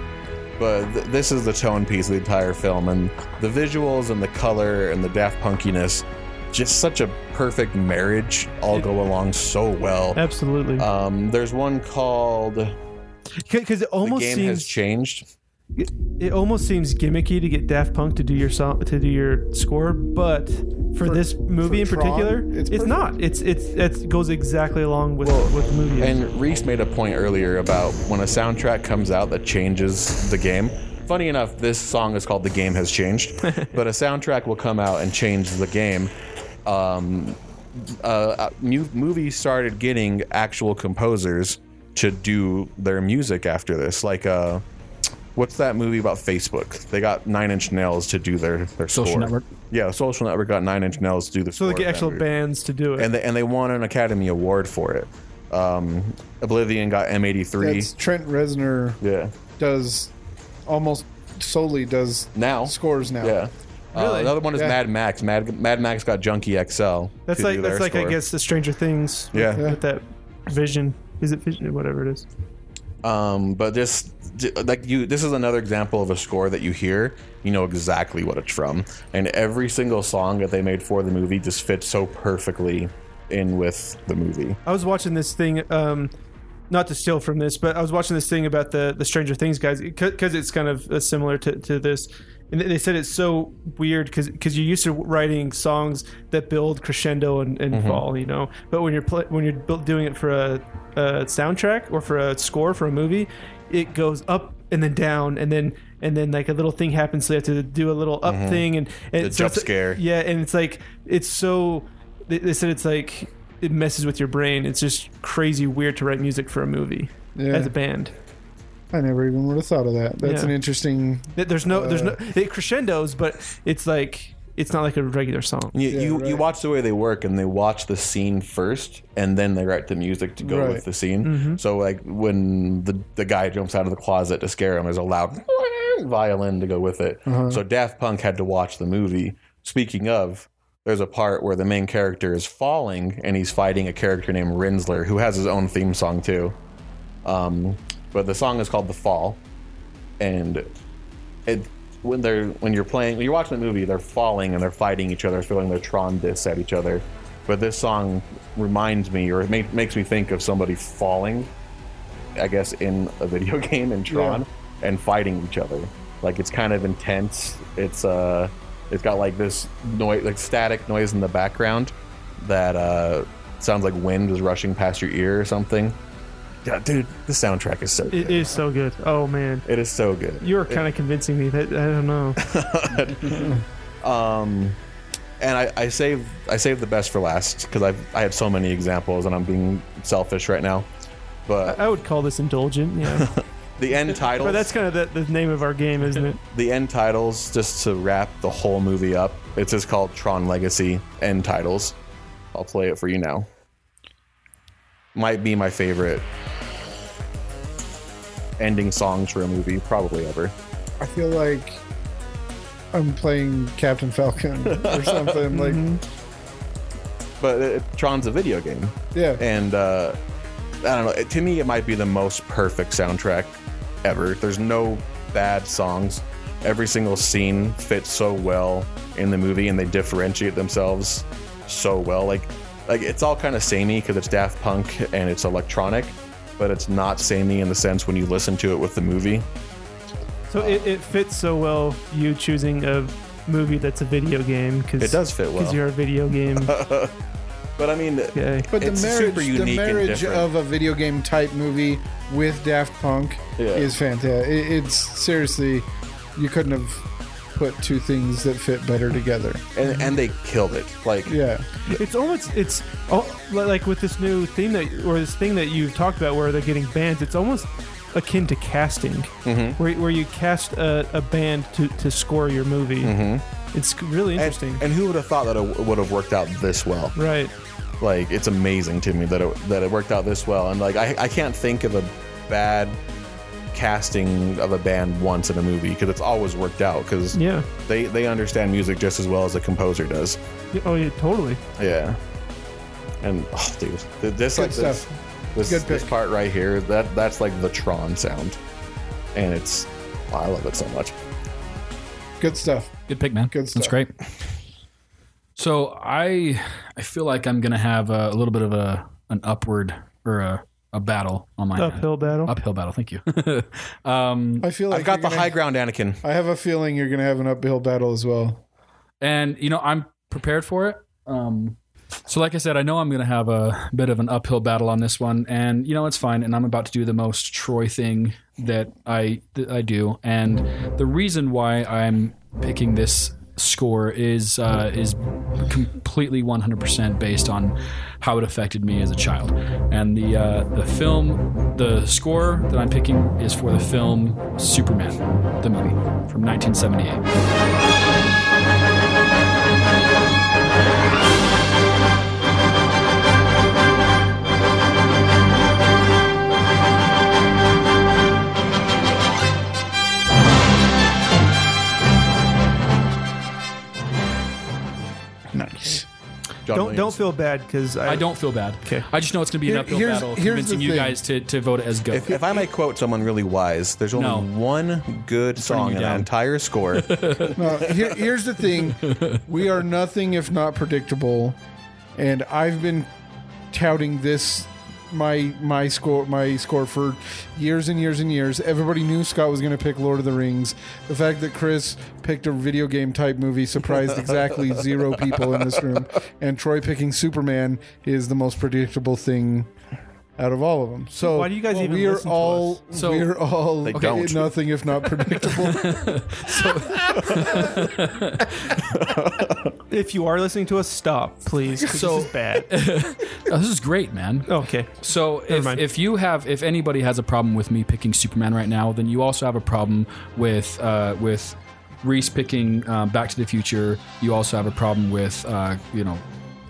A: but th- this is the tone piece of the entire film, and the visuals and the color and the daft punkiness, just such a perfect marriage. All go along so well.
D: Absolutely,
A: Um, there's one called "The
D: because it almost
A: Game Has
D: seems
A: Changed."
D: it almost seems gimmicky to get Daft Punk to do your song to do your score, but for, this movie in
C: Tron,
D: particular,
C: it's
D: it's,
C: perfect.
D: not. It's it's it goes exactly along with with the movie.
A: And Reese made a point earlier about when a soundtrack comes out that changes the game. Funny enough, this song is called "The Game Has Changed," but a soundtrack will come out and change the game. Um, uh, uh, mu- movies started getting actual composers to do their music after this. Like, uh, what's that movie about Facebook? They got Nine Inch Nails to do their their
B: Social
A: score.
B: Network?
A: Yeah, Social Network got Nine Inch Nails to do the
D: so
A: score.
D: they
A: of
D: get
A: that
D: actual
A: movie
D: bands to do it.
A: and they, and they won an Academy Award for it. Um, Oblivion got
C: That's
A: M83.
C: Trent Reznor
A: Yeah.
C: does almost solely does
A: Now
C: scores now.
A: Yeah. Uh,
D: Really?
A: another one is
C: Yeah.
A: Mad Max. Mad, Mad Max got Junkie XL.
D: That's
A: to
D: like
A: do their
D: that's like I
A: score.
D: guess the Stranger Things. with-
A: Yeah.
D: With, that vision. Is it vision? Whatever it is.
A: Um, but this, like you, this is another example of a score that you hear, you know exactly what it's from, and every single song that they made for the movie just fits so perfectly in with the movie.
D: I was watching this thing. Um, not to steal from this, but I was watching this thing about the the Stranger Things guys because it's kind of uh, similar to, to this. And they- they said it's so weird because you're used to writing songs that build crescendo and, and
A: Mm-hmm.
D: fall, you know. But when you're pl- when you're bu- doing it for a, a soundtrack or for a score for a movie, it goes up and then down and then and then like a little thing happens, so you have to do a little up thing and, and
A: Mm-hmm. The
D: so
A: jump
D: it's-
A: scare.
D: yeah, and it's like it's so. They, they said it's like it messes with your brain. It's just crazy weird to write music for a movie
C: Yeah.
D: as a band.
C: I never even would have thought of that. That's
D: Yeah.
C: an interesting.
D: Th- There's no, there's no. It crescendos, but it's like it's not like a regular song.
A: You,
C: Yeah,
A: you, you
C: right.
A: watch the way they work and they watch the scene first and then they write the music to go
C: Right. Mm-hmm.
A: with the scene. So like when the, the guy jumps out of the closet to scare him, there's a loud violin to go with it.
C: Uh-huh.
A: So Daft Punk had to watch the movie. Speaking of, there's a part where the main character is falling and he's fighting a character named Rinsler who has his own theme song too. Um, but the song is called The Fall. And it when they're when you're playing when you're watching the movie they're falling and they're fighting each other throwing their tron discs at each other but this song reminds me or it make, makes me think of somebody falling i guess in a video game in tron and fighting each other like it's kind of intense it's uh it's got like this noise like static noise in the background that uh sounds like wind is rushing past your ear or something yeah dude the soundtrack is so
D: It
A: good
D: is so good. Oh man,
A: it is so good
D: you're kind of convincing me that I don't know.
A: and I, I save I save the best for last because I I have so many examples and I'm being selfish right now. But
D: I would call this indulgent. Yeah,
A: the end titles,
D: but that's kind of the, the name of our game, isn't it?
A: the end titles, just to wrap the whole movie up. It's just called Tron Legacy end titles. I'll play it for you now. Might be my favorite ending songs for a movie, probably ever.
C: I feel like I'm playing Captain Falcon or something. like,
A: But it, Tron's a video game.
C: yeah,
A: and uh, I don't know. To me, it might be the most perfect soundtrack ever. There's no bad songs. Every single scene fits so well in the movie, and they differentiate themselves so well. Like, like it's all kind of samey because it's Daft Punk and it's electronic, but it's not samey in the sense when you listen to it with the movie.
D: So it, it fits so well. You choosing a movie that's a video game because
A: It does fit well.
D: because you're a video game
A: But I mean,
D: guy.
C: but the
A: it's
C: marriage,
A: super unique
C: the
A: and
C: marriage
A: different.
C: of a video game type movie with Daft Punk
A: Yeah.
C: is fantastic. It, it's seriously, you couldn't have put two things that fit better together.
A: and, and they killed it. Like,
C: Yeah,
D: It's almost it's oh, li- like with this new theme that or this thing that you've talked about where they're getting bands. It's almost akin to casting, where, where you cast a, a band to, to score your movie. It's really
A: and,
D: interesting,
A: and who would have thought that it would have worked out this well?
D: right?
A: like it's amazing to me that it that it worked out this well and like I, I can't think of a bad casting of a band once in a movie because it's always worked out because
D: Yeah.
A: they they understand music just as well as a composer does
D: Yeah, Oh yeah, totally.
A: yeah and oh dude th- this like
C: Good
A: this
C: stuff.
A: this,
C: Good
A: this
C: pick.
A: part right here that that's like the Tron sound and it's oh, I love it so much
C: good stuff.
B: Good pick, man.
C: Good
B: That's
C: stuff.
B: great. So I I feel like I'm gonna have a, a little bit of a an upward or a, a battle on my hand.
D: Uphill battle.
B: uphill battle. Thank you. um,
C: I feel like
A: I've got the
C: you're gonna-
A: high ground Anakin
C: I have a feeling you're going to have an uphill battle as well.
B: and you know I'm prepared for it. Um, so like I said, I know I'm going to have a bit of an uphill battle on this one, and you know it's fine. And I'm about to do the most Troy thing that I that I do, and the reason why I'm picking this score is uh, is completely 100% based on how it affected me as a child. And the uh, the film, the score that I'm picking is for the film Superman, the movie from 1978.
A: John
D: don't don't
A: Williams.
D: feel bad because I,
B: I don't feel bad.
D: Okay.
B: I just know it's going to be an
C: Here-
B: uphill
C: here's-
B: battle
C: here's the
B: convincing you
C: thing.
B: guys to, to vote it as go.
A: If, if I may quote someone really wise, there's only
B: No.
A: one good song in that
B: down.
A: entire score.
C: No, here, here's the thing: we are nothing if not predictable, and I've been touting this my my score my score for years and years and years. Everybody knew Scott was going to pick Lord of the Rings. The fact that Chris picked a video game type movie surprised exactly zero people in this room, and Troy picking Superman is the most predictable thing. Out of all of them, so
D: why do you guys even
C: we are
D: listen to
C: all
D: us?
B: So-
C: we are all
A: They don't.
C: nothing if not predictable.
D: If you are listening to us, stop, please. 'cause
B: So-
D: this is bad.
B: Oh, this is great, man.
D: Okay.
B: So if,
D: mind.
B: if you have if anybody has a problem with me picking Superman right now, then you also have a problem with uh, with Reese picking um, Back to the Future. You also have a problem with uh, you know,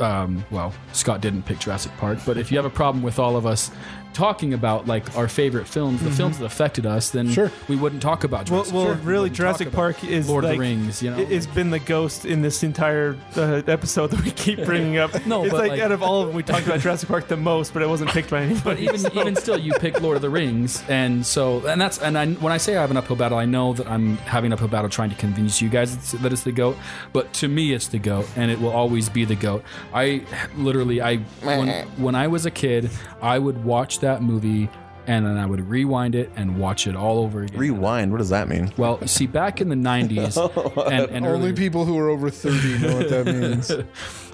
B: um, well Scott didn't pick Jurassic Park, but if you have a problem with all of us talking about like our favorite films, the films that affected us, then
C: Mm-hmm. Sure.
B: we wouldn't talk about
D: Well,
B: Jurassic
D: well
B: Park. We
D: really,
B: wouldn't talk
D: Jurassic
B: about
D: Park is
B: Lord
D: like,
B: of the Rings. You know,
D: It, has been the ghost in this entire uh, episode that we keep bringing up.
B: No,
D: it's
B: but,
D: like,
B: like-
D: out of all of them, we talked about Jurassic Park the most, but it wasn't picked by
B: But
D: anybody.
B: even even still, you pick Lord of the Rings, and so and that's and I, when I say I have an uphill battle, I know that I'm having an uphill battle trying to convince you guys it's- that it's the goat. But to me, it's the goat, and it will always be the goat. I literally, I when, when I was a kid, I would watch that movie, and then I would rewind it and watch it all over again.
A: Rewind. What does that mean?
B: well, see, back in the '90s, and, and
C: Only
B: earlier-
C: people who are over 30 know what that means.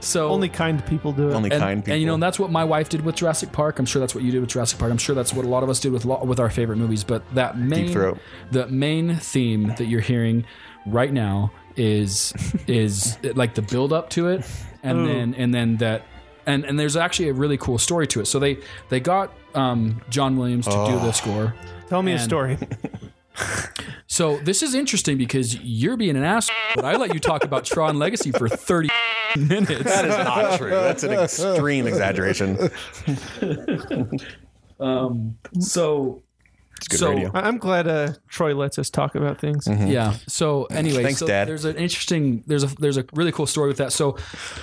B: so
D: Only kind people do it.
A: Only
B: and,
A: kind people.
B: and, you know, and that's what my wife did with Jurassic Park. I'm sure that's what you did with Jurassic Park. I'm sure that's what a lot of us did with lo- with our favorite movies. But that main
A: Throat.
B: the main theme that you're hearing right now is is like the build up to it, and then and then that. And, and there's actually a really cool story to it. So they they got um, John Williams to do the score.
D: Tell me a
B: and-
D: story.
B: So this is interesting because you're being an ass, but I let you talk about Tron Legacy for 30 minutes.
A: that is not true. That's an extreme exaggeration.
B: So
A: good
B: so
A: radio.
D: I- I'm glad uh, Troy lets us talk about things.
B: Yeah. So anyway,
A: Mm-hmm. Thanks,
B: so
A: Dad.
B: there's an interesting there's a there's a really cool story with that. So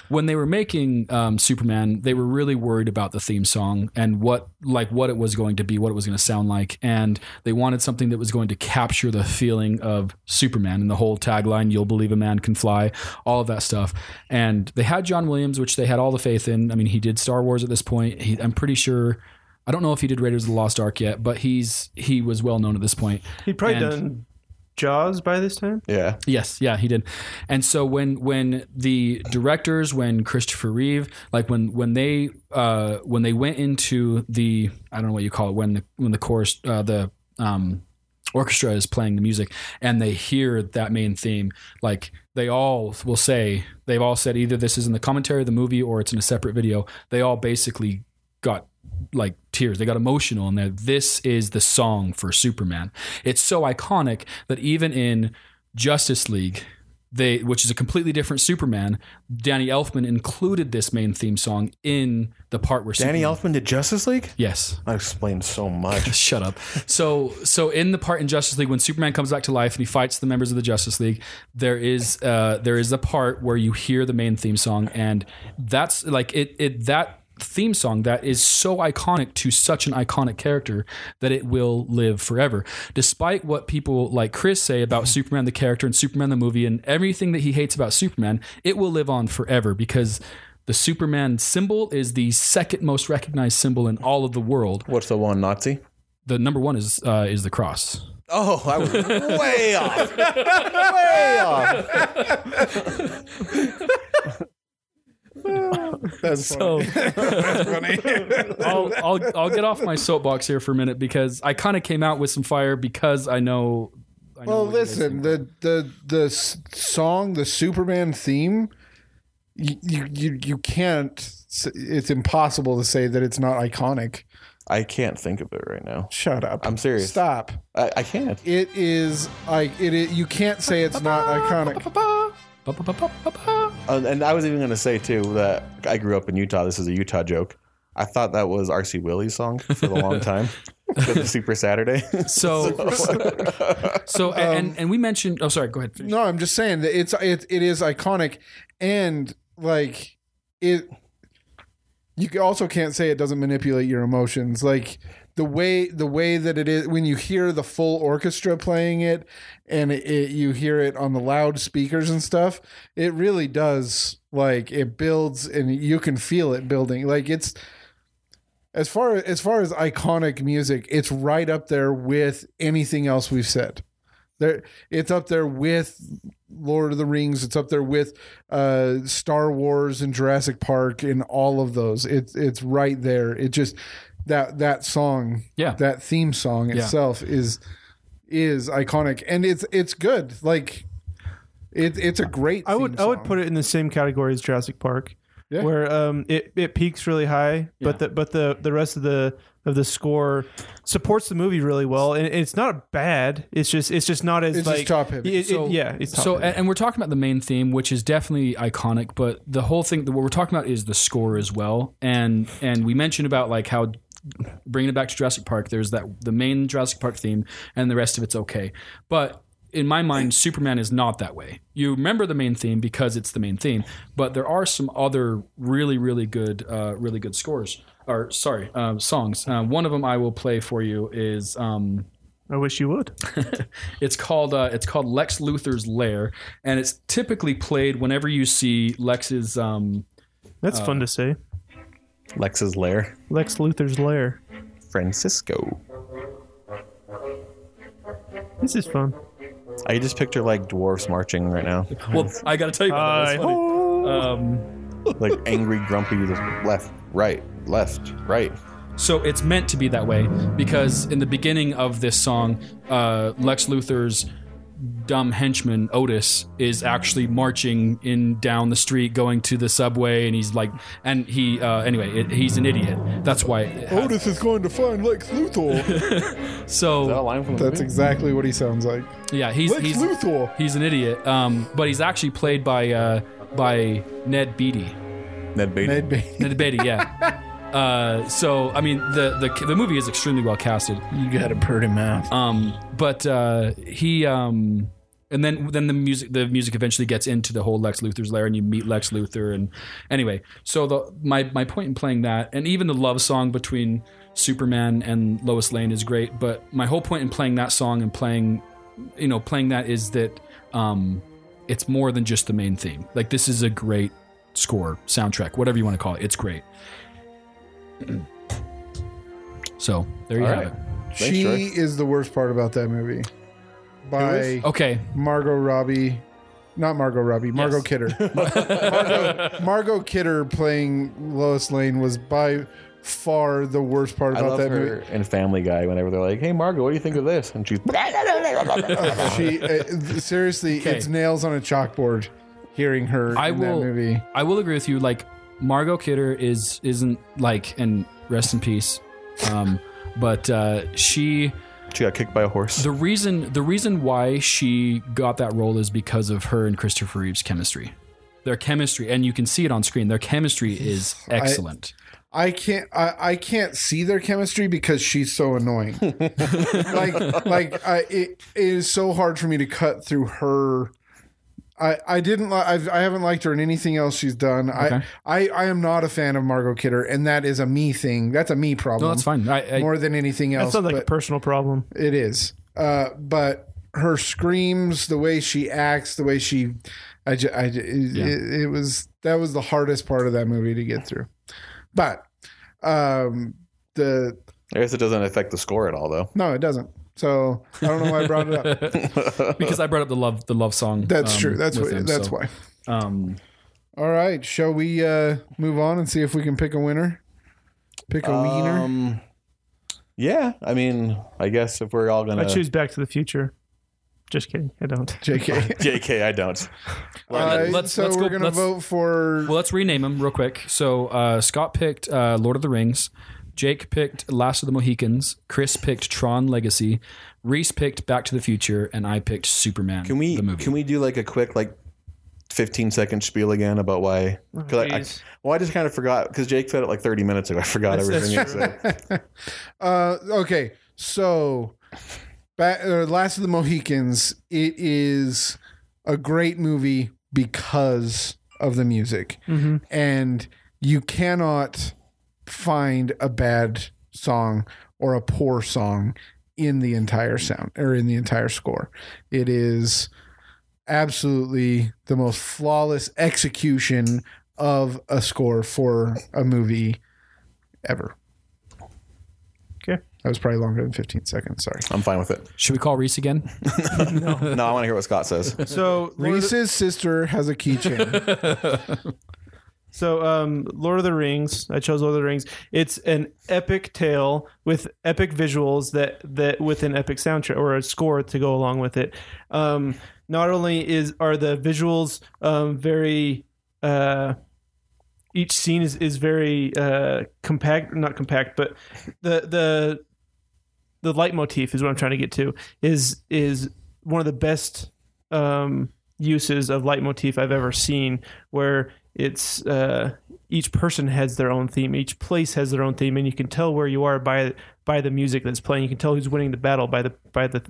B: when they were making um, Superman, they were really worried about the theme song and what like what it was going to be, what it was going to sound like, and they wanted something that was going to capture the feeling of Superman and the whole tagline "You'll believe a man can fly," all of that stuff. And they had John Williams, which they had all the faith in. I mean, he did Star Wars at this point. He, I'm pretty sure. I don't know if he did Raiders of the Lost Ark yet, but he's he was well known at this point.
D: He'd probably
B: And-
D: done Jaws by this time.
A: Yeah.
B: Yes, yeah, he did. And so when when the directors, when Christopher Reeve, like when when they uh, when they went into the I don't know what you call it when the when the chorus uh, the um, orchestra is playing the music and they hear that main theme, like they all will say they've all said either this is in the commentary of the movie or it's in a separate video. They all basically got like tears. They got emotional and they're this is the song for Superman. It's so iconic that even in Justice League, they which is a completely different Superman, Danny Elfman included this main theme song in the part where
A: Danny
B: Superman,
A: Elfman did Justice League?
B: Yes.
A: That explains so much.
B: Shut up. So, so in the part in Justice League when Superman comes back to life and he fights the members of the Justice League, there is uh, there is a part where you hear the main theme song, and that's like it it that theme song that is so iconic to such an iconic character that it will live forever despite what people like chris say about superman the character and superman the movie and everything that he hates about superman it will live on forever because the superman symbol is the second most recognized symbol in all of the world
A: What's the one Nazi?
B: the number one is uh, is the cross.
A: Oh, I was way off. way off.
C: That's funny.
B: So I'll, I'll I'll get off my soapbox here for a minute because I kind of came out with some fire because I know. I know
C: well,
B: what you guys
C: listen,
B: think.
C: the the the s- song, the Superman theme, you you you, you can't. s- It's impossible to say that it's not iconic.
A: I can't think of it right now.
C: Shut up.
A: I'm serious.
C: Stop.
A: I, I can't.
C: It is like it. Is, you can't say it's not iconic.
B: Ba, ba, ba, ba, ba, ba.
A: Uh, and I was even going to say too that I grew up in Utah. This is a Utah joke. I thought that was RC Willie's song for a long time. for the Super Saturday.
B: So so
C: Um,
B: and, and and we mentioned. Oh, sorry. Go ahead.
C: No, I'm just saying that it's it it is iconic, and like it you also can't say it doesn't manipulate your emotions like the way the way that it is when you hear the full orchestra playing it and it, it- you hear it on the loudspeakers and stuff it really does like it builds and you can feel it building like it's as far as far as iconic music it's right up there with anything else we've said there it's up there with Lord of the Rings. It's up there with uh, Star Wars and Jurassic Park and all of those. It's it's right there. It just that that song,
B: Yeah.
C: that theme song itself is is iconic and it's it's good. Like it, it's a great.
D: I would
C: theme
D: I would
C: song.
D: put it in the same category as Jurassic Park,
C: Yeah.
D: where um it, it peaks really high, but the but the the rest of the of the score supports the movie really well, and it's not bad. It's just it's just not as
C: It's just
D: like
C: top-heavy.
D: it- it-
B: So-
D: yeah, it's top
B: so
D: heavy.
B: and, and we're talking about the main theme which is definitely iconic but the whole thing what we're talking about is the score as well and and we mentioned about like how bringing it back to Jurassic Park there's that the main Jurassic Park theme and the rest of it's okay but in my mind Superman is not that way you remember the main theme because it's the main theme but there are some other really really good uh, really good scores or sorry uh, songs uh, one of them I will play for you is um,
D: I wish you would.
B: it's called uh, it's called Lex Luthor's Lair, and it's typically played whenever you see Lex's. Um,
D: That's fun to say.
A: Lex's lair,
D: Lex Luthor's lair.
A: Francisco.
D: This is fun.
A: I just picture like dwarfs marching right now,
B: well, I got to tell you about that. That's funny. Um,
A: like angry, grumpy, just left, right, left, right.
B: so it's meant to be that way because in the beginning of this song, uh, Lex Luthor's dumb henchman Otis is actually marching in down the street, going to the subway, and he's like, and he uh, anyway, it, he's an idiot. That's why. it has-
C: Otis is going to find Lex Luthor.
B: so
C: That's exactly what he sounds like.
B: yeah, he's
C: Lex
B: he's
C: Luthor.
B: He's an idiot, um, but he's actually played by uh, by Ned Beatty.
A: Ned Beatty.
C: Ned Beatty.
B: Ned Beatty, yeah. Uh, so I mean, the, the the movie is extremely well casted.
H: You got a pretty mouth.
B: Um, but uh, he um, and then then the music the music eventually gets into the whole Lex Luthor's lair, and you meet Lex Luthor. And anyway, so the my my point in playing that, and even the love song between Superman and Lois Lane is great. But my whole point in playing that song and playing, you know, playing that is that um, it's more than just the main theme. Like this is a great score, soundtrack, whatever you want to call it. It's great. So there you
A: All
B: have
A: right.
B: it.
A: Thanks,
C: She
A: Troy.
C: is the worst part about that movie. By
B: Okay,
C: Margot Robbie, not Margot Robbie, Margot
B: Yes.
C: Kidder. Margot, Margot Kidder playing Lois Lane was by far the worst part
A: I
C: about
A: love
C: that
A: her
C: movie.
A: and Family Guy whenever they're like, "Hey, Margo, what do you think of this?" And she's
C: She uh, seriously,
B: Okay.
C: it's nails on a chalkboard. Hearing her
B: I
C: in
B: will-
C: that movie,
B: I will agree with you. Like Margot Kidder is isn't like and rest in peace. Um, but uh, she
A: she got kicked by a horse.
B: the reason the reason why she got that role is because of her and Christopher Reeve's chemistry. Their chemistry, and you can see it on screen. Their chemistry is excellent.
C: I can't, I, I can't see their chemistry because she's so annoying. like, like I, it, it is so hard for me to cut through her. I, I didn't li- I've, I haven't liked her in anything else she's done.
B: Okay.
C: I, I I am not a fan of Margot Kidder, and that is a me thing. That's a me problem.
B: no, that's fine. I, I,
C: More than anything
D: That
C: else,
D: sounds like a
C: but
D: personal problem.
C: it is. Uh, but her screams, the way she acts, the way she, I, ju- I ju- it, it, it was that was the hardest part of that movie to get through. But um, the
A: I guess it doesn't affect the score at all, though.
C: no, it doesn't. So I don't know why I brought it up.
B: because I brought up the love the love song.
C: uh, That's
B: um,
C: true. That's
B: with
C: why.
B: him,
C: That's
B: so,
C: why.
B: Um,
C: All right, shall we uh, move on and see if we can pick a winner? Pick a wiener.
A: Um, yeah, I mean, I guess if we're all gonna
D: I choose Back to the Future. Just kidding. I don't.
C: JK.
A: JK, I don't.
C: Uh,
B: let's-
C: so
B: let's go-
C: we're gonna
B: let's-
C: vote for
B: Well, let's rename them real quick. So uh, Scott picked uh, Lord of the Rings. Jake picked Last of the Mohicans. Chris picked Tron Legacy. Reese picked Back to the Future, and I picked Superman.
A: Can we
B: The movie.
A: can we do like a quick like fifteen second spiel again about why? 'cause I, I-
D: jeez.
A: well, I just kind of forgot because Jake said it like thirty minutes ago. I forgot
D: That's-
A: everything
D: that's
A: he said.
C: Uh, okay, so ba- uh, Last of the Mohicans. It is a great movie because of the music, and you cannot find a bad song or a poor song in the entire sound or in the entire score. It is absolutely the most flawless execution of a score for a movie ever.
D: Okay.
C: That was probably longer than 15 seconds. Sorry.
A: I'm fine with it.
B: Should we call Reese again?
A: No, I want to hear what Scott says.
D: So Lord of the-
C: Reese's sister has a keychain.
D: so um, Lord of the Rings. I chose Lord of the Rings. It's an epic tale with epic visuals that that with an epic soundtrack or a score to go along with it. Um, not only is are the visuals um, very. Uh, each scene is, is very uh, compact, not compact, but the the the leitmotif is what I'm trying to get to is is one of the best um, uses of leitmotif I've ever seen where it's uh, each person has their own theme each place has their own theme and you can tell where you are by by the music that's playing you can tell who's winning the battle by the by the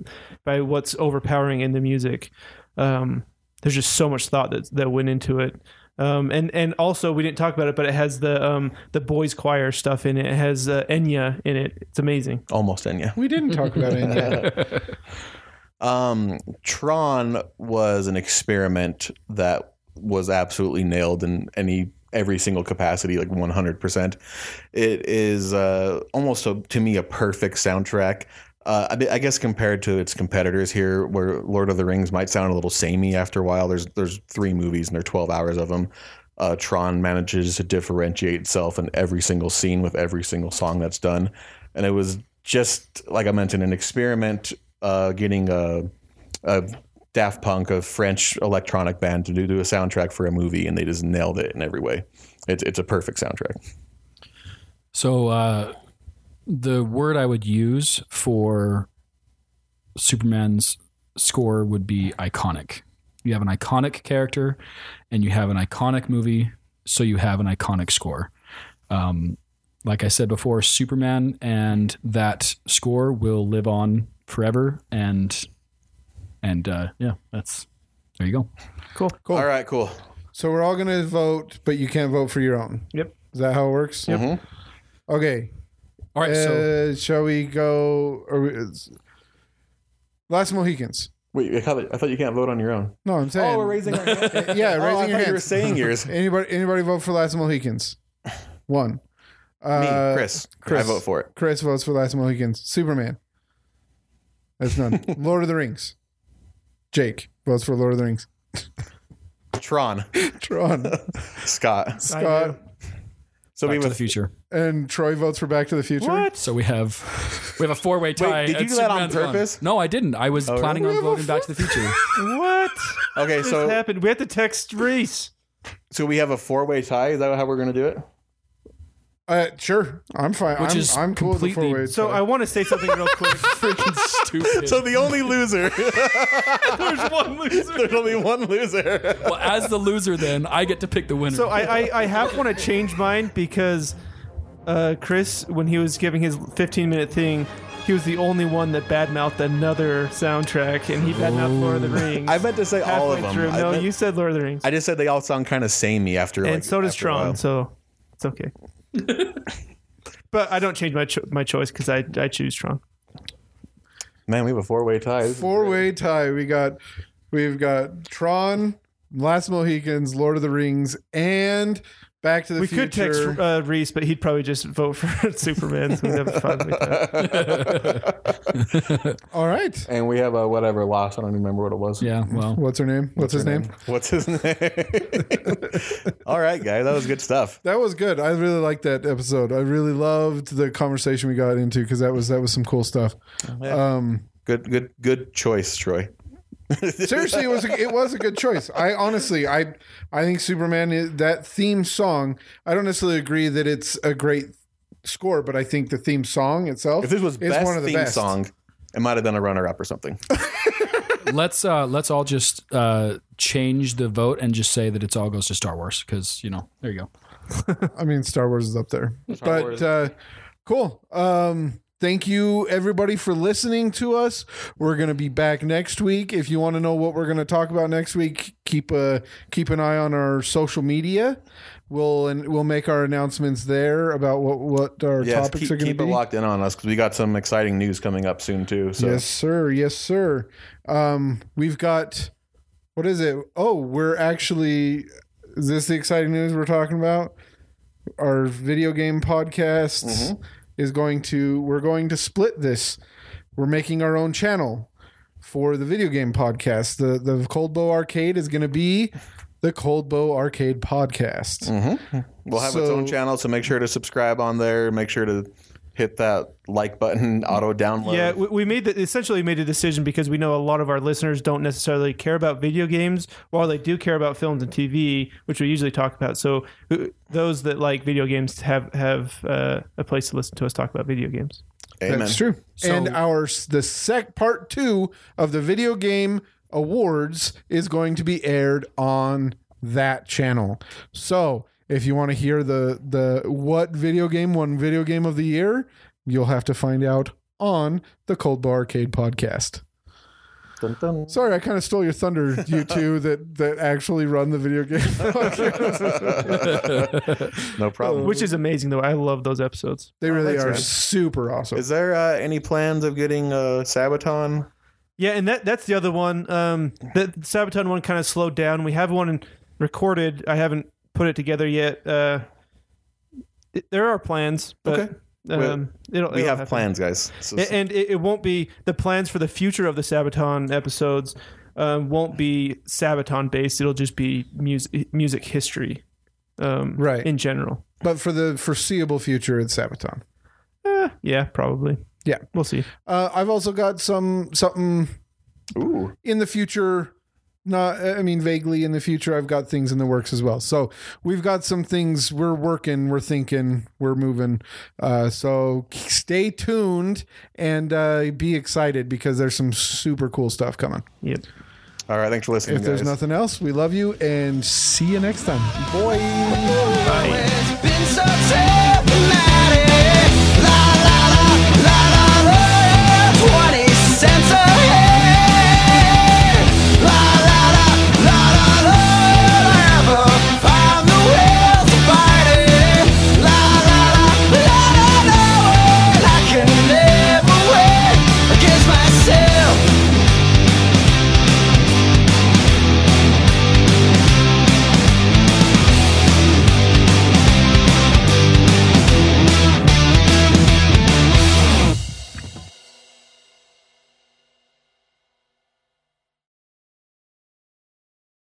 D: by what's overpowering in the music um, there's just so much thought that that went into it um, and and also we didn't talk about it but it has the um, the boys choir stuff in it it has uh, Enya in it it's amazing
A: Almost in you.
C: we didn't talk about it yet.
A: Um, Tron was an experiment that was absolutely nailed in any every single capacity, like 100%. It is uh, almost a, to me a perfect soundtrack. Uh, I, mean, I guess compared to its competitors here, where Lord of the Rings might sound a little samey after a while. There's there's three movies and there are 12 hours of them. Uh, Tron manages to differentiate itself in every single scene with every single song that's done, and it was just like I mentioned, an experiment uh, getting a, a Daft Punk, a French electronic band, to do, do a soundtrack for a movie, and they just nailed it in every way. It's it's a perfect soundtrack.
B: So uh, the word I would use for Superman's score would be iconic. You have an iconic character, and you have an iconic movie, so you have an iconic score. Um, like I said before, Superman and that score will live on forever, and and uh, yeah, that's there you go.
D: cool
A: All right, cool.
C: So we're all going to vote, but you can't vote for your own.
D: yep
C: Is that how it works? Yep.
A: Mm-hmm.
C: Okay.
B: All right, so
C: uh, shall we go? Or we, it's- Last Mohicans.
A: Wait, I thought, I thought you can't vote on your own.
C: No, I'm saying.
A: Oh, we're raising our hand.
C: yeah,
A: oh, I
C: raising your
A: thought you were
C: hands.
A: saying yours. Me,
C: Anybody? Anybody vote for Last Mohicans? One. Uh,
A: Chris.
C: Chris.
A: I vote for it.
C: Chris votes for Last Mohicans. Superman. That's none. Lord of the Rings. Jake votes for Lord of the Rings.
A: Tron.
C: Tron.
A: Scott.
C: Scott.
A: So
B: back
A: we
B: to the
A: have.
B: future.
C: And Troy votes for Back to the Future.
D: what
B: So we have we have a four way tie.
A: did you
B: at
A: do that on
B: Superman's Run.
A: purpose? Oh,
B: No, I didn't. I was planning on voting Back to the Future.
D: what
A: Okay,
D: This
A: so
D: happened. We have to text Reese.
A: so we have a four way tie. Is that how we're going to do it?
C: Uh, sure, I'm fine.
B: Which
C: I'm,
B: is
C: I'm cool
B: completely-
C: with the four-way
D: So
C: tie.
D: I want to say something real quick.
B: Freaking stupid.
A: the only loser.
D: There's one loser.
A: There's only one loser.
B: well, as the loser, then I get to pick the winner.
D: So I, I, I half want to change mine because uh, Chris, when he was giving his 15 minute thing, he was the only one that badmouthed another soundtrack, and he badmouthed Lord of the Rings.
A: I meant to say all of
D: halfway
A: them.
D: Through.
A: I
D: No,
A: meant-
D: you said Lord of the Rings,
A: I just said they all sound kind of samey after.
D: and
A: like,
D: so does
A: after a while.
D: Tron. So it's okay. but I don't change my cho- my choice because I I choose Tron.
A: Man, we have a four-way tie.
C: four-way tie. We got, we've got Tron, Last Mohicans, Lord of the Rings, and Back to the
D: We
C: Future.
D: could text uh, Reese, but he'd probably just vote for Superman. So we'd have a five-way tie. uh,
C: All right.
A: and we have a whatever loss. I don't even remember what it was.
B: yeah, well,
C: What's her name? What's, his name?
A: What's his name? all right, guys, that was good stuff.
C: That was good. I really liked that episode. I really loved the conversation we got into because that was that was some cool stuff.
A: Good, good, good choice, Troy.
C: Seriously, it was a, it was a good choice. I honestly, I I think Superman is, that theme song. I don't necessarily agree that it's a great score, but I think the theme song itself
A: If this was
C: is
A: best
C: one of the
A: theme
C: best.
A: song, it might have done a runner-up or something.
B: let's uh, let's all just uh, change the vote and just say that it's all goes to Star Wars because you know there you go.
C: I mean, Star Wars is up there, but
A: Wars.
C: uh, cool. Um, Thank you, everybody, for listening to us. We're going to be back next week. If you want to know what we're going to talk about next week, keep a keep an eye on our social media. We'll and we'll make our announcements there about what what our
A: Yes,
C: topics
A: keep,
C: are going
A: keep
C: to
A: it
C: be.
A: locked in on us because we got some exciting news coming up soon too. So
C: Yes, sir. Yes, sir. Um, we've got what is it? Oh, we're actually is this the exciting news we're talking about? Our video game podcast is going to we're going to split this. We're making our own channel for the video game podcast. The the Cold Bow Arcade is going to be the Cold Bow Arcade podcast.
A: we'll have its
C: So-
A: own channel. So make sure to subscribe on there. Make sure to hit that like button, auto download.
D: Yeah, we, we made the, essentially made a decision because we know a lot of our listeners don't necessarily care about video games, while they do care about films and TV, which we usually talk about. So uh, those that like video games have have uh, a place to listen to us talk about video games.
A: Amen.
C: That's true. and
B: So-
C: our s- the sec part two of the video game awards is going to be aired on that channel. So if you want to hear the the what video game won video game of the year, you'll have to find out on the Cold Bar Arcade podcast.
A: Dun, dun.
C: Sorry, I kind of stole your thunder, you two that that actually run the video game. podcast.
A: No problem.
D: Which is amazing, though. I love those episodes.
C: they really
A: thanks,
C: are
A: man.
C: super awesome.
A: Is there uh, any plans of getting uh, Sabaton?
D: Yeah, and that that's the other one. Um, the Sabaton one kind of slowed down. We have one recorded. I haven't put it together yet. Uh, it- there are plans, but
A: Okay.
D: um, it'll,
A: We
D: it'll
A: have
D: happen.
A: plans, guys. So,
D: A- and it, it won't be the plans for the future of the Sabaton episodes. Um, won't be Sabaton based. It'll just be music music history, um,
C: Right.
D: In general,
C: but for the foreseeable future, it's Sabaton.
D: Eh, yeah, probably.
C: Yeah.
D: we'll see.
C: Uh, I've also got some something
A: ooh,
C: in the future not i mean vaguely in the future i've got things in the works as well so we've got some things we're working we're thinking we're moving uh, so stay tuned and uh, be excited because there's some super cool stuff coming
D: Yep.
A: all right. Thanks for listening,
C: if there's
A: guys.
C: nothing else we love you and see you next time boy
H: Been so dramatic.